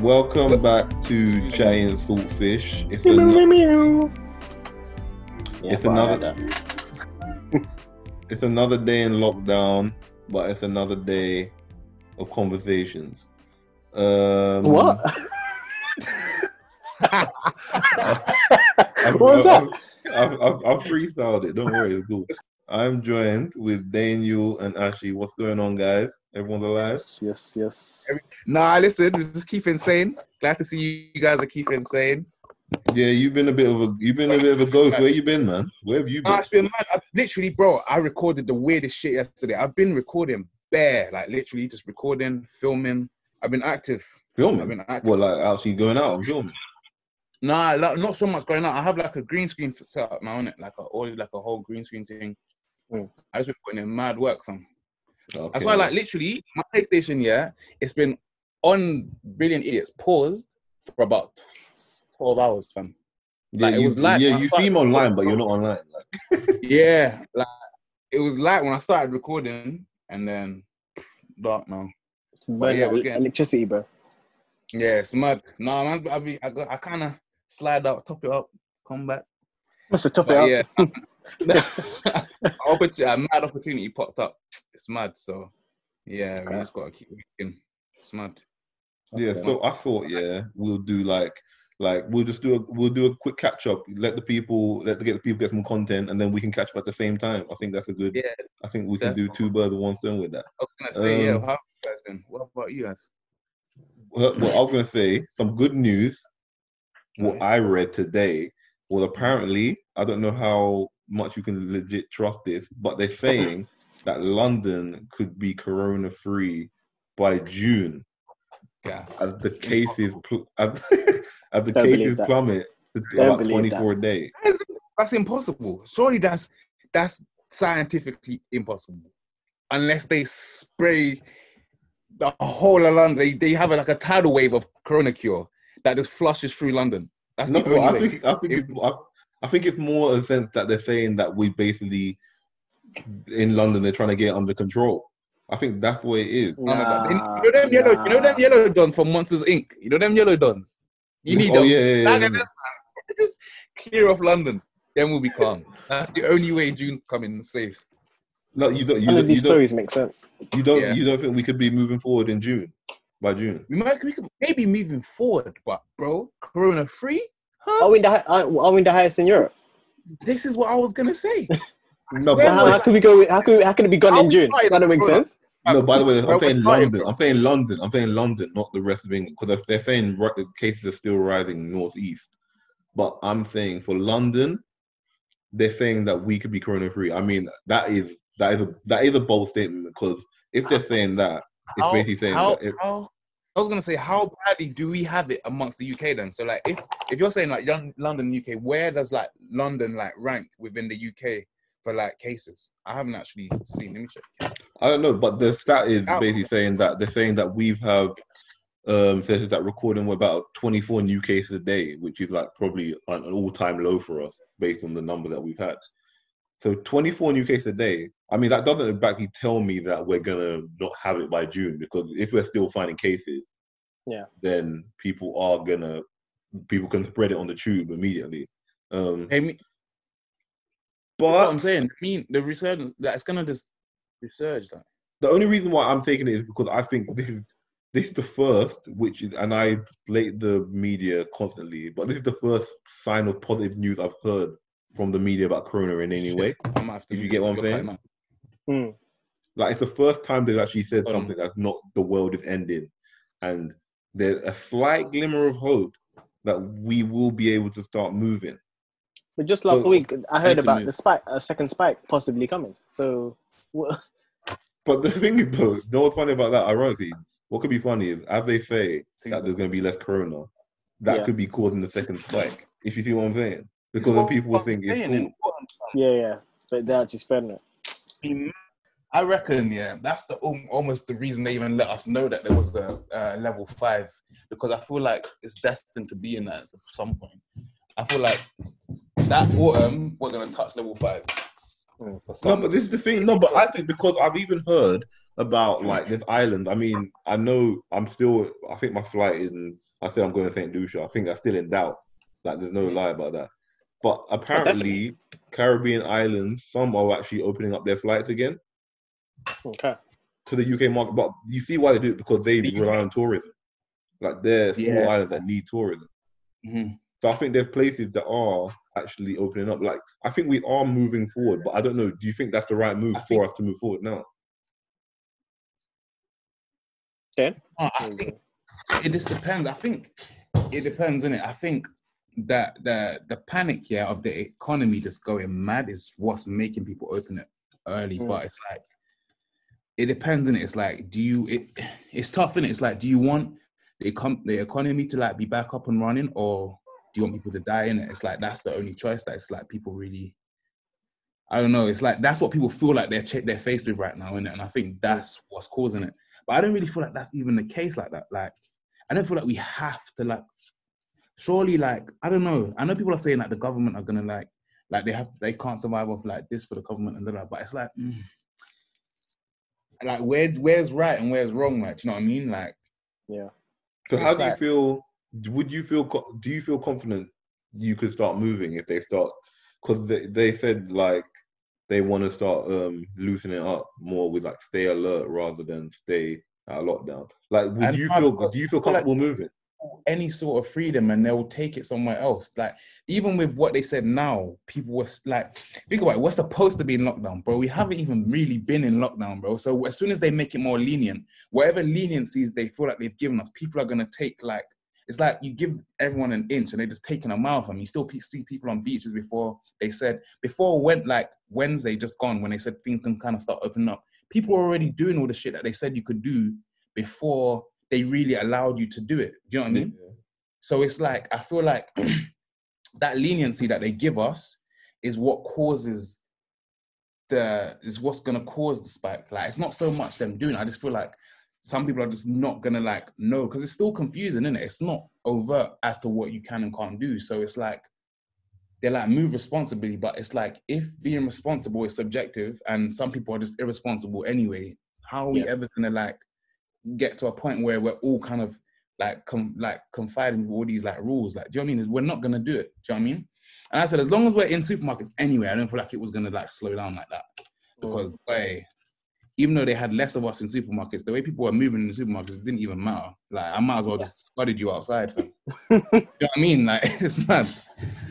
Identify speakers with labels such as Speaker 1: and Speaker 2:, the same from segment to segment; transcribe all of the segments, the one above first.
Speaker 1: Welcome back to Jay and Thoughtfish. If, an-
Speaker 2: Yeah,
Speaker 1: If
Speaker 2: but I
Speaker 1: another-
Speaker 2: had that.
Speaker 1: it's another day in lockdown, but it's another day of conversations. Um,
Speaker 2: What?
Speaker 1: I've-
Speaker 2: what was that?
Speaker 1: I've- I've, I've, I've freestyled it. Don't worry, it's cool. I'm joined with Daniel and Ashley. What's going on, guys? Everyone's alive?
Speaker 2: Yes, yes, yes.
Speaker 3: Nah, listen, we just keep insane. Glad to see you, you guys are keep insane.
Speaker 1: Yeah, you've been a bit of a you've been a bit of a ghost. Where you been, man? Where have you
Speaker 3: Nah,
Speaker 1: been?
Speaker 3: it's been mad. I, literally, bro, I recorded the weirdest shit yesterday. I've been recording bare, like literally just recording, filming. I've been active. I've
Speaker 1: Filming.
Speaker 3: been active.
Speaker 1: Well, like uh, actually going out and filming.
Speaker 3: nah, like, not so much going on. I have like a green screen for set up now, innit? Like a all like a whole green screen thing.
Speaker 2: Mm.
Speaker 3: I just been putting in mad work from.
Speaker 1: Okay.
Speaker 3: That's why, like, literally, my PlayStation, yeah, it's been on Brilliant Idiots paused for about 12 hours, fam.
Speaker 1: yeah,
Speaker 3: like, it
Speaker 1: you,
Speaker 3: was live
Speaker 1: yeah,
Speaker 3: when I
Speaker 1: you
Speaker 3: started.
Speaker 1: seem online, but you're not online. Like,
Speaker 3: yeah, like it was like when I started recording, and then dark now.
Speaker 2: Burn
Speaker 3: yeah,
Speaker 2: that
Speaker 3: we're getting-
Speaker 2: electricity, bro.
Speaker 3: Yeah, it's mad. Nah, man, I be I, go- I kind of slide out, top it up, come back.
Speaker 2: That's the top it
Speaker 3: But
Speaker 2: up.
Speaker 3: yeah, opportunity, a mad opportunity popped up. It's mad. So yeah, we
Speaker 2: Okay.
Speaker 3: just gotta keep working. It's mad.
Speaker 2: That's
Speaker 1: yeah,
Speaker 2: the
Speaker 1: so I thought, yeah, we'll do like like we'll just do a we'll do a quick catch up. Let the people let the get the people get some content, and then we can catch up at the same time. I think that's a good.
Speaker 3: Yeah,
Speaker 1: I think we can do two birds with one stone with that.
Speaker 3: I was gonna say
Speaker 1: Um,
Speaker 3: yeah. How have you guys been? What about you guys?
Speaker 1: Well, well, I was gonna say some good news. What
Speaker 3: Nice.
Speaker 1: I read today was apparently I don't know how much you can legit trust this, but they're saying that London could be corona free by June.
Speaker 3: Gas.
Speaker 1: as the cases pl- as, as the
Speaker 2: Don't
Speaker 1: cases
Speaker 2: believe that.
Speaker 1: plummet to
Speaker 2: Don't
Speaker 1: about
Speaker 2: believe that.
Speaker 1: 24 a day.
Speaker 3: That's- That's impossible. Surely that's that's scientifically impossible, unless they spray the whole of London. They, they have like a tidal wave of corona cure that just flushes through London. That's
Speaker 1: No,
Speaker 3: the only
Speaker 1: I
Speaker 3: way.
Speaker 1: think I think
Speaker 3: If-
Speaker 1: it's, I, I think it's more a sense that they're saying that we basically in London they're trying to get it under control. I think that's what it is.
Speaker 3: Oh my God. you know them yellow, you know them yellow dons from Monsters Inc. You know them yellow dons. You need
Speaker 1: oh
Speaker 3: them.
Speaker 1: yeah, yeah, yeah,
Speaker 3: Bag of them, man. Just clear off London. Then we'll be calm. That's the only way June's coming safe.
Speaker 1: No, you don't. You
Speaker 2: None of
Speaker 1: don't. You
Speaker 2: these
Speaker 1: don't.
Speaker 2: stories make sense.
Speaker 1: You don't,
Speaker 3: Yeah.
Speaker 1: you don't think we could be moving forward in June by June?
Speaker 3: We might we could maybe moving forward, but bro, corona free? Huh?
Speaker 1: Oh,
Speaker 2: Are we the, hi- are are we the highest in Europe?
Speaker 3: This is what I was gonna say.
Speaker 1: No,
Speaker 3: swear
Speaker 1: but,
Speaker 2: How, how could we go? With, how could how could it be gone
Speaker 3: How
Speaker 2: in
Speaker 3: we
Speaker 2: June?
Speaker 3: started
Speaker 2: That don't make
Speaker 3: Corona.
Speaker 2: sense.
Speaker 1: no. By the way,
Speaker 3: Bro,
Speaker 1: I'm saying
Speaker 3: we're starting
Speaker 1: London.
Speaker 3: from-
Speaker 1: I'm saying London. I'm saying London, not the rest of England, because they're saying ri- the cases are still rising northeast. But I'm saying for London, they're saying that we could be corona free. I mean, that is that is a that is a bold statement because if they're saying that, it's
Speaker 3: How-
Speaker 1: basically saying
Speaker 3: how,
Speaker 1: that it-
Speaker 3: how- I was gonna say how badly do we have it amongst the UK then? So like if if you're saying like young, London UK, where does like London like rank within the UK for like cases? I haven't actually seen. Let me check.
Speaker 1: I don't know, but the stat is
Speaker 3: How-
Speaker 1: basically saying that they're saying that we've have um says that recording we're about 24 new cases a day, which is like probably an, an all-time low for us based on the number that we've had. So 24 new cases a day. I mean, that doesn't exactly tell me that we're gonna not have it by June because if we're still finding cases,
Speaker 2: Yeah.
Speaker 1: then people are gonna people can spread it on the tube immediately. Um,
Speaker 3: Hey, me, what I'm
Speaker 1: but
Speaker 3: saying, I mean the resurgence that's gonna just resurge. Like.
Speaker 1: the only reason why I'm taking it is because I think this is this is the first, which is, and I blame the media constantly, but this is the first sign of positive news I've heard from the media about Corona in any
Speaker 3: Shit.
Speaker 1: way.
Speaker 3: I might have to
Speaker 1: If you get what I'm
Speaker 3: look at it,
Speaker 1: saying?
Speaker 3: man.
Speaker 1: Like it's the first time they've actually said
Speaker 3: Um,
Speaker 1: something that's not the world is ending, and there's a slight glimmer of hope that we will be able to start moving.
Speaker 2: But just last
Speaker 1: So-
Speaker 2: week, I heard
Speaker 3: to
Speaker 2: about
Speaker 3: move.
Speaker 2: the spike, a second spike possibly coming. So, wha-
Speaker 1: But the thing is, though, you know what's funny about that? Ironically, what could be funny is as they say,
Speaker 3: Things
Speaker 1: that
Speaker 3: like-
Speaker 1: there's going to be less corona, that
Speaker 2: Yeah.
Speaker 1: could be causing the second spike. If you see what I'm saying, because then people will
Speaker 3: What I'm
Speaker 1: think it's
Speaker 3: saying,
Speaker 1: cool.
Speaker 3: important.
Speaker 2: yeah, yeah. But they're actually spreading it.
Speaker 3: I reckon, yeah, that's the al- almost the reason they even let us know that there was a uh, level five because I feel like it's destined to be in that at some point. I feel like that autumn we're gonna touch level five.
Speaker 2: Mm.
Speaker 3: For
Speaker 1: No,
Speaker 3: some-
Speaker 1: but this is the thing. No, but I think because I've even heard about like this island. I mean, I know I'm still. I think my flight is. In, I said I'm going to Saint Lucia. I think I'm still in doubt. Like, there's
Speaker 3: Mm.
Speaker 1: no lie about that. But
Speaker 3: Oh,
Speaker 1: apparently, Caribbean islands, some are actually opening up their flights again
Speaker 2: Okay.
Speaker 1: to the UK market. But you see why they do it because they
Speaker 3: Yeah.
Speaker 1: rely on tourism. Like they're small
Speaker 3: Yeah.
Speaker 1: islands that need tourism.
Speaker 3: Mhm.
Speaker 1: So I think there's places that are actually opening up. Like I think we are moving forward, but I don't know. Do you think that's the right move
Speaker 3: I
Speaker 1: for
Speaker 3: think-
Speaker 1: us to move forward now? Oh,
Speaker 3: Uh, I
Speaker 2: There you
Speaker 3: think
Speaker 2: go.
Speaker 3: it just depends. I think it depends, innit? I think that the the panic yeah of the economy just going mad is what's making people open it early.
Speaker 2: Mm.
Speaker 3: But it's like it depends, innit? It's like do you it it's tough, innit? It's like do you want the econ- the economy to like be back up and running or do you want people to die in it? It's like that's the only choice that it's like people really I don't know. It's like that's what people feel like they're ch- they're faced with right now, innit? And I think that's what's causing it. But I don't really feel like that's even the case like that. Like I don't feel like we have to like surely like I don't know. I know people are saying like the government are gonna like like they have they can't survive off like this for the government and that, but it's like mm, like where where's right and where's wrong, like do you know what I mean? Like
Speaker 2: Yeah.
Speaker 1: So how
Speaker 3: It's
Speaker 1: do you
Speaker 3: like-
Speaker 1: feel? Would you feel? co- Do you feel confident you could start moving if they start? Because they, they said like they want to start um loosening it up more with like stay alert rather than stay at lockdown. Like, would
Speaker 3: And
Speaker 1: you
Speaker 3: my-
Speaker 1: feel? Do you feel
Speaker 3: I feel like-
Speaker 1: comfortable moving?
Speaker 3: any sort of freedom and they'll take it somewhere else. Like even with what they said now, people was like, think about it, we're supposed to be in lockdown, bro. We haven't even really been in lockdown, bro. So as soon as they make it more lenient, whatever leniencies they feel like they've given us, people are gonna take like it's like you give everyone an inch and they're just taking a mile from you. Still pe- see people on beaches before they said before went like Wednesday just gone when they said things can kind of start opening up. People were already doing all the shit that they said you could do before they really allowed you to do it. Do you know what I mean? So it's like I feel like that leniency that they give us is what causes the is what's gonna cause the spike. Like it's not so much them doing. it. I just feel like some people are just not gonna like know because it's still confusing, isn't it? It's not overt as to what you can and can't do. So it's like they're like move responsibly, but it's like if being responsible is subjective and some people are just irresponsible anyway, how are we
Speaker 2: Yeah.
Speaker 3: ever gonna like get to a point where we're all kind of like com- like confiding with all these like rules. Like, do you know what I mean? We're not gonna do it. Do you know what I mean? And I said, as long as we're in supermarkets anyway, I don't feel like it was gonna like slow down like that. Because boy, even though they had less of us in supermarkets, the way people were moving in the supermarkets it didn't even matter. Like I might as well just spotted you outside, fam. you know what I mean? Like it's mad.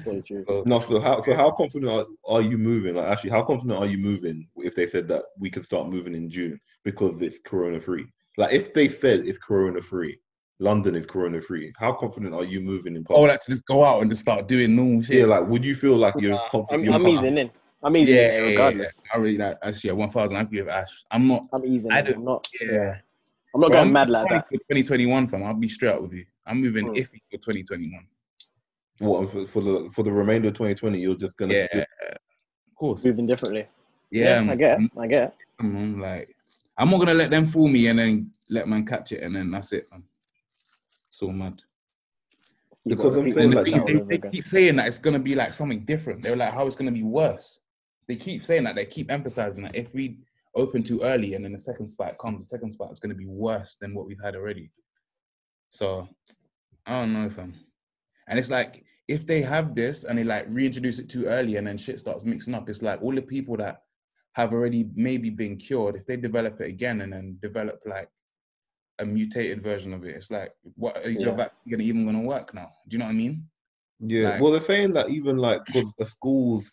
Speaker 2: So true.
Speaker 1: No. So how? So how confident are, are you moving? Like, actually, how confident are you moving if they said that we can start moving in June because it's corona free? Like, if they said it's corona free, London is corona free. How confident are you moving in?
Speaker 3: Oh,
Speaker 1: public?
Speaker 3: like to just go out and just start doing normal shit.
Speaker 1: Yeah, like, would you feel like you're
Speaker 2: Nah,
Speaker 1: confident?
Speaker 2: I'm,
Speaker 1: you're
Speaker 2: I'm
Speaker 1: confident?
Speaker 2: easing in. I'm easing
Speaker 3: yeah,
Speaker 2: in regardless.
Speaker 3: I really like actually yeah, one thousand. I give Ash. I'm not.
Speaker 2: I'm easing
Speaker 3: I
Speaker 2: in.
Speaker 3: don't-
Speaker 2: I'm not.
Speaker 3: Yeah,
Speaker 2: I'm not
Speaker 3: Bro,
Speaker 2: going
Speaker 3: I'm
Speaker 2: mad like
Speaker 3: 20
Speaker 2: that.
Speaker 3: for 2021, fam. I'll be straight up with you. I'm moving
Speaker 2: Mm.
Speaker 3: iffy for 2021.
Speaker 1: What for, for the for the remainder of 2020, you're just gonna
Speaker 3: Yeah, of course.
Speaker 2: Moving differently.
Speaker 3: Yeah,
Speaker 2: I
Speaker 3: man.
Speaker 2: get it. I get it.
Speaker 3: I'm, I'm like, I'm not gonna let them fool me and then let man catch it and then that's it, man. So mad.
Speaker 2: You
Speaker 1: Because
Speaker 2: gotta
Speaker 1: I'm
Speaker 2: repeat
Speaker 1: saying
Speaker 2: it
Speaker 1: like
Speaker 3: they,
Speaker 2: all
Speaker 1: that
Speaker 3: they-
Speaker 2: over
Speaker 3: they
Speaker 2: again.
Speaker 3: keep saying that it's gonna be like something different. They're like, how it's gonna be worse. They keep saying that. They keep emphasizing that if we open too early and then the second spike comes, the second spike is gonna be worse than what we've had already. So I don't know, fam. And it's like if they have this and they like reintroduce it too early and then shit starts mixing up, it's like all the people that have already maybe been cured, if they develop it again and then develop like a mutated version of it, it's like what is your
Speaker 2: Yeah.
Speaker 3: vaccine gonna even gonna work now? Do you know what I mean?
Speaker 1: Yeah,
Speaker 3: Like-
Speaker 1: well, they're saying that even like because the schools,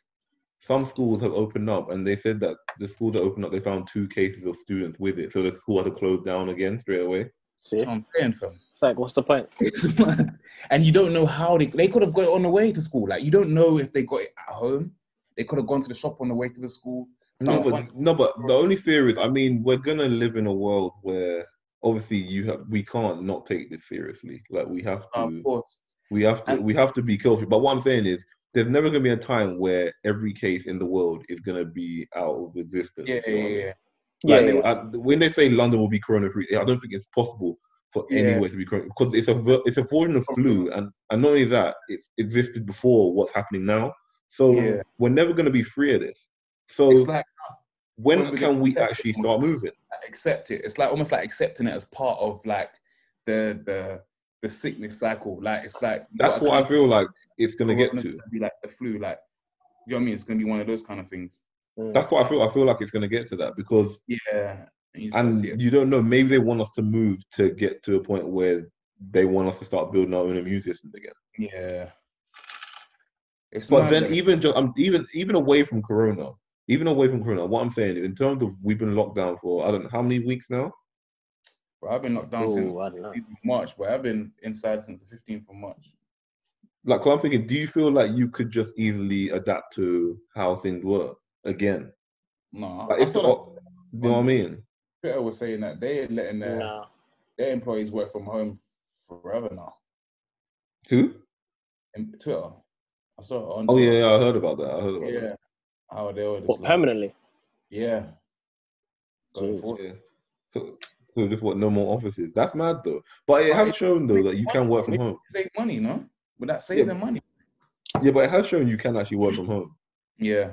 Speaker 1: some schools have opened up, and they said that the schools that opened up, they found two cases of students with it, so the school had to close down again straight away.
Speaker 2: See,
Speaker 3: That's what I'm saying, fam.
Speaker 2: it's like, what's the point?
Speaker 3: It's mad. and you don't know how they they could have got it on the way to school. Like you don't know if they got it at home. They could have gone to the shop on the way to the school.
Speaker 1: No,
Speaker 3: Someone-
Speaker 1: but no, but the only fear is, I mean, we're gonna live in a world where obviously you have we can't not take this seriously. Like we have to.
Speaker 3: of course.
Speaker 1: We have to
Speaker 3: Um, And-
Speaker 1: we have to be careful. But what I'm saying is there's never gonna be a time where every case in the world is gonna be out of existence.
Speaker 3: Yeah,
Speaker 1: you
Speaker 3: yeah,
Speaker 1: know what I mean?
Speaker 3: yeah.
Speaker 1: Like
Speaker 2: Yeah,
Speaker 1: they-
Speaker 2: yeah.
Speaker 1: uh, when they say London will be corona free, I don't think it's possible for
Speaker 3: Yeah.
Speaker 1: anywhere to be corona because it's a ver- it's a version of flu, and and not only that, it existed before what's happening now. So
Speaker 3: Yeah.
Speaker 1: we're never going to be free of this. So
Speaker 3: It's like
Speaker 1: when
Speaker 3: when we
Speaker 1: can we
Speaker 3: get-
Speaker 1: actually start moving?
Speaker 3: accept it. It's like almost like accepting it as part of like the the the sickness cycle. Like it's like you
Speaker 1: That's
Speaker 3: gotta
Speaker 1: what
Speaker 3: kind
Speaker 1: I feel like it's
Speaker 3: of-
Speaker 1: going to get to.
Speaker 3: Be like the flu. Like you know what I mean? It's gonna be one of those kind of things.
Speaker 2: Mm.
Speaker 1: That's what I feel. I feel like it's going to get to that because
Speaker 3: Yeah. And, you just gotta
Speaker 1: and
Speaker 3: see it.
Speaker 1: you don't know. Maybe they want us to move to get to a point where they want us to start building our own immune system again.
Speaker 3: yeah. It's
Speaker 1: But
Speaker 3: mad,
Speaker 1: then
Speaker 3: though.
Speaker 1: even just um, even even away from Corona, even away from Corona, what I'm saying is in terms of we've been locked down for I don't know how many weeks now.
Speaker 3: Bro, I've been locked down since
Speaker 2: Mm. Ooh, I don't know.
Speaker 3: 15th of March, but I've been inside since the 15th of March.
Speaker 1: Like, i I'm thinking, do you feel like you could just easily adapt to how things work again?
Speaker 3: No,
Speaker 1: Like,
Speaker 3: I
Speaker 1: it's,
Speaker 3: saw that
Speaker 1: what- you know what I mean?
Speaker 3: Twitter was saying that they're letting their,
Speaker 2: Nah.
Speaker 3: their employees work from home forever now.
Speaker 1: Who?
Speaker 3: In Twitter, I saw it on.
Speaker 1: Oh
Speaker 3: Twitter.
Speaker 1: yeah, yeah, I heard about that. I heard about
Speaker 3: yeah. How they were just
Speaker 2: What,
Speaker 3: like-
Speaker 2: permanently?
Speaker 3: Yeah. Going
Speaker 2: Jeez.
Speaker 1: that.
Speaker 3: forward.
Speaker 1: Yeah. So, so just what? No more offices. That's mad though. But it has shown though that you can work from home.
Speaker 3: Save money, no? Would that save
Speaker 1: Yeah.
Speaker 3: them money?
Speaker 1: Yeah, but it has shown you can actually work from home.
Speaker 3: Yeah.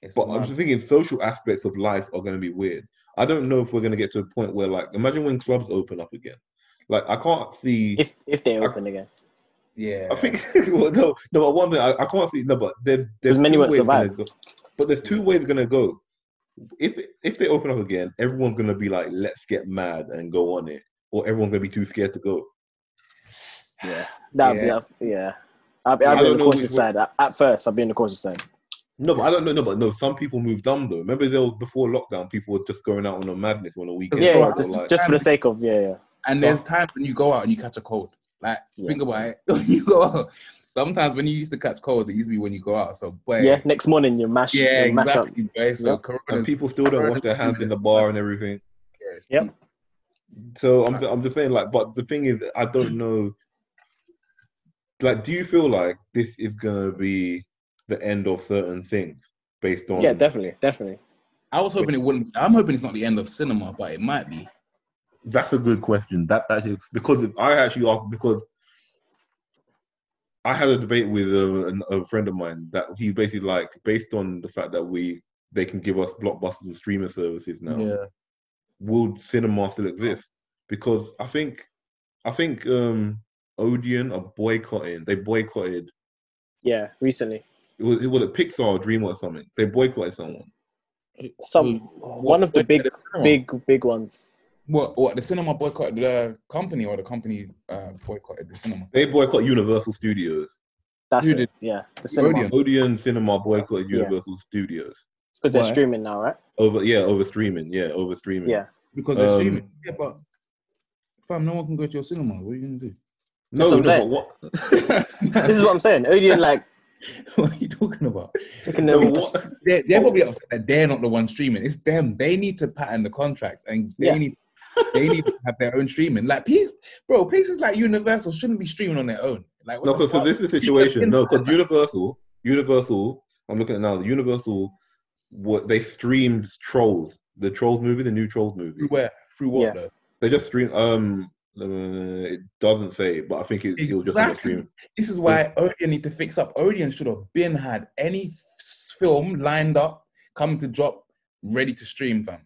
Speaker 3: It's
Speaker 1: But I'm
Speaker 3: mad.
Speaker 1: just thinking social aspects of life are going to be weird. I don't know if we're going to get to a point where, like, imagine when clubs open up again. Like, I can't see.
Speaker 2: If if they
Speaker 1: I-
Speaker 2: open again,
Speaker 3: yeah.
Speaker 1: I think well, no, no. But one thing I, I can't see. No, but there, there's
Speaker 2: many
Speaker 1: two
Speaker 2: won't
Speaker 1: ways it's gonna
Speaker 2: survive.
Speaker 1: Go, but there's two ways it's going to go. If if they open up again, everyone's going to be like, let's get mad and go on it, or everyone's going to be too scared to go.
Speaker 2: yeah, that
Speaker 3: Yeah.
Speaker 2: yeah. be yeah. I'll be, I'll
Speaker 1: I
Speaker 2: be
Speaker 1: don't
Speaker 2: on the
Speaker 1: know
Speaker 2: cautious
Speaker 1: which-
Speaker 2: side. At- At first, I'll be on the cautious side.
Speaker 1: No, but I don't know. No, but no. Some people move dumb though. Remember, they were, before lockdown, people were just going out on a madness on a weekend.
Speaker 2: Yeah,
Speaker 3: bro,
Speaker 2: yeah,
Speaker 1: Or,
Speaker 2: just
Speaker 1: like,
Speaker 2: just for the sake of yeah, yeah.
Speaker 3: And there's times when you go out and you catch a cold. Like,
Speaker 2: Yeah.
Speaker 3: think about it. When you go out, sometimes when you used to catch colds, it used to be when you go out. So, boy.
Speaker 2: Yeah, next morning you mash,
Speaker 3: Yeah,
Speaker 2: you mash up.
Speaker 3: exactly. boy. So,
Speaker 2: Yeah.
Speaker 1: and
Speaker 3: corona's
Speaker 1: people still don't wash their hands in the bar and everything.
Speaker 3: yeah, it's
Speaker 2: Yep.
Speaker 3: peak.
Speaker 1: So I'm, I'm just saying, like, but the thing is, I don't know. Like, do you feel like this is gonna be the end of certain things based on?
Speaker 2: Yeah, definitely, definitely.
Speaker 3: I was hoping it wouldn't. I'm hoping it's not the end of cinema, but it might be.
Speaker 1: that's a good question. That's actually because I actually asked because I had a debate with a, an- a friend of mine that he's basically like based on the fact that we they can give us blockbusters and streaming services now. will cinema still exist? Because I think, I think um Odeon are boycotting. They boycotted.
Speaker 2: Yeah, recently,
Speaker 1: It was it was a Pixar or Dream or something. They boycotted someone.
Speaker 2: some one of the
Speaker 3: What-
Speaker 2: big,
Speaker 3: cinema?
Speaker 2: big, big ones.
Speaker 3: What? What? The cinema boycotted the company, or the company uh, boycotted the cinema?
Speaker 1: They boycott Universal Studios.
Speaker 2: That's
Speaker 3: Who
Speaker 2: it.
Speaker 3: did?
Speaker 2: Yeah, the
Speaker 3: Odeon.
Speaker 2: cinema
Speaker 1: Odeon Cinema boycotted
Speaker 2: Yeah.
Speaker 1: Universal Studios
Speaker 2: because they're
Speaker 3: Why?
Speaker 2: streaming now, right?
Speaker 1: over yeah over streaming yeah over streaming
Speaker 2: Yeah.
Speaker 3: Because they're
Speaker 1: Um,
Speaker 3: streaming. Yeah, but fam, no one can go to your cinema. What are you gonna do?
Speaker 1: no,
Speaker 2: That's
Speaker 1: no
Speaker 2: what I'm
Speaker 1: but what
Speaker 2: This is what I'm saying. Odeon like
Speaker 3: what are you talking about?
Speaker 2: taking
Speaker 1: no,
Speaker 2: them.
Speaker 1: but what
Speaker 3: They're,
Speaker 2: Oh.
Speaker 3: they're probably upset that they're not the one streaming. It's them. They need to pattern the contracts and they
Speaker 2: Yeah.
Speaker 3: need they need to have their own streaming. Like please, bro, places like Universal shouldn't be streaming on their own. Like what
Speaker 1: no
Speaker 3: the
Speaker 1: because
Speaker 3: fuck?
Speaker 1: this is the situation no because Universal Universal I'm looking at it now Universal what they streamed Trolls the Trolls movie the new Trolls movie
Speaker 3: through where through what
Speaker 2: Yeah.
Speaker 3: though?
Speaker 1: They just stream. Um, uh, it doesn't say, but I think it, it'll just be a
Speaker 3: Exactly.
Speaker 1: stream.
Speaker 3: This is why Odeon need to fix up. Odeon should have been had any f- film lined up, coming to drop, ready to stream, fam.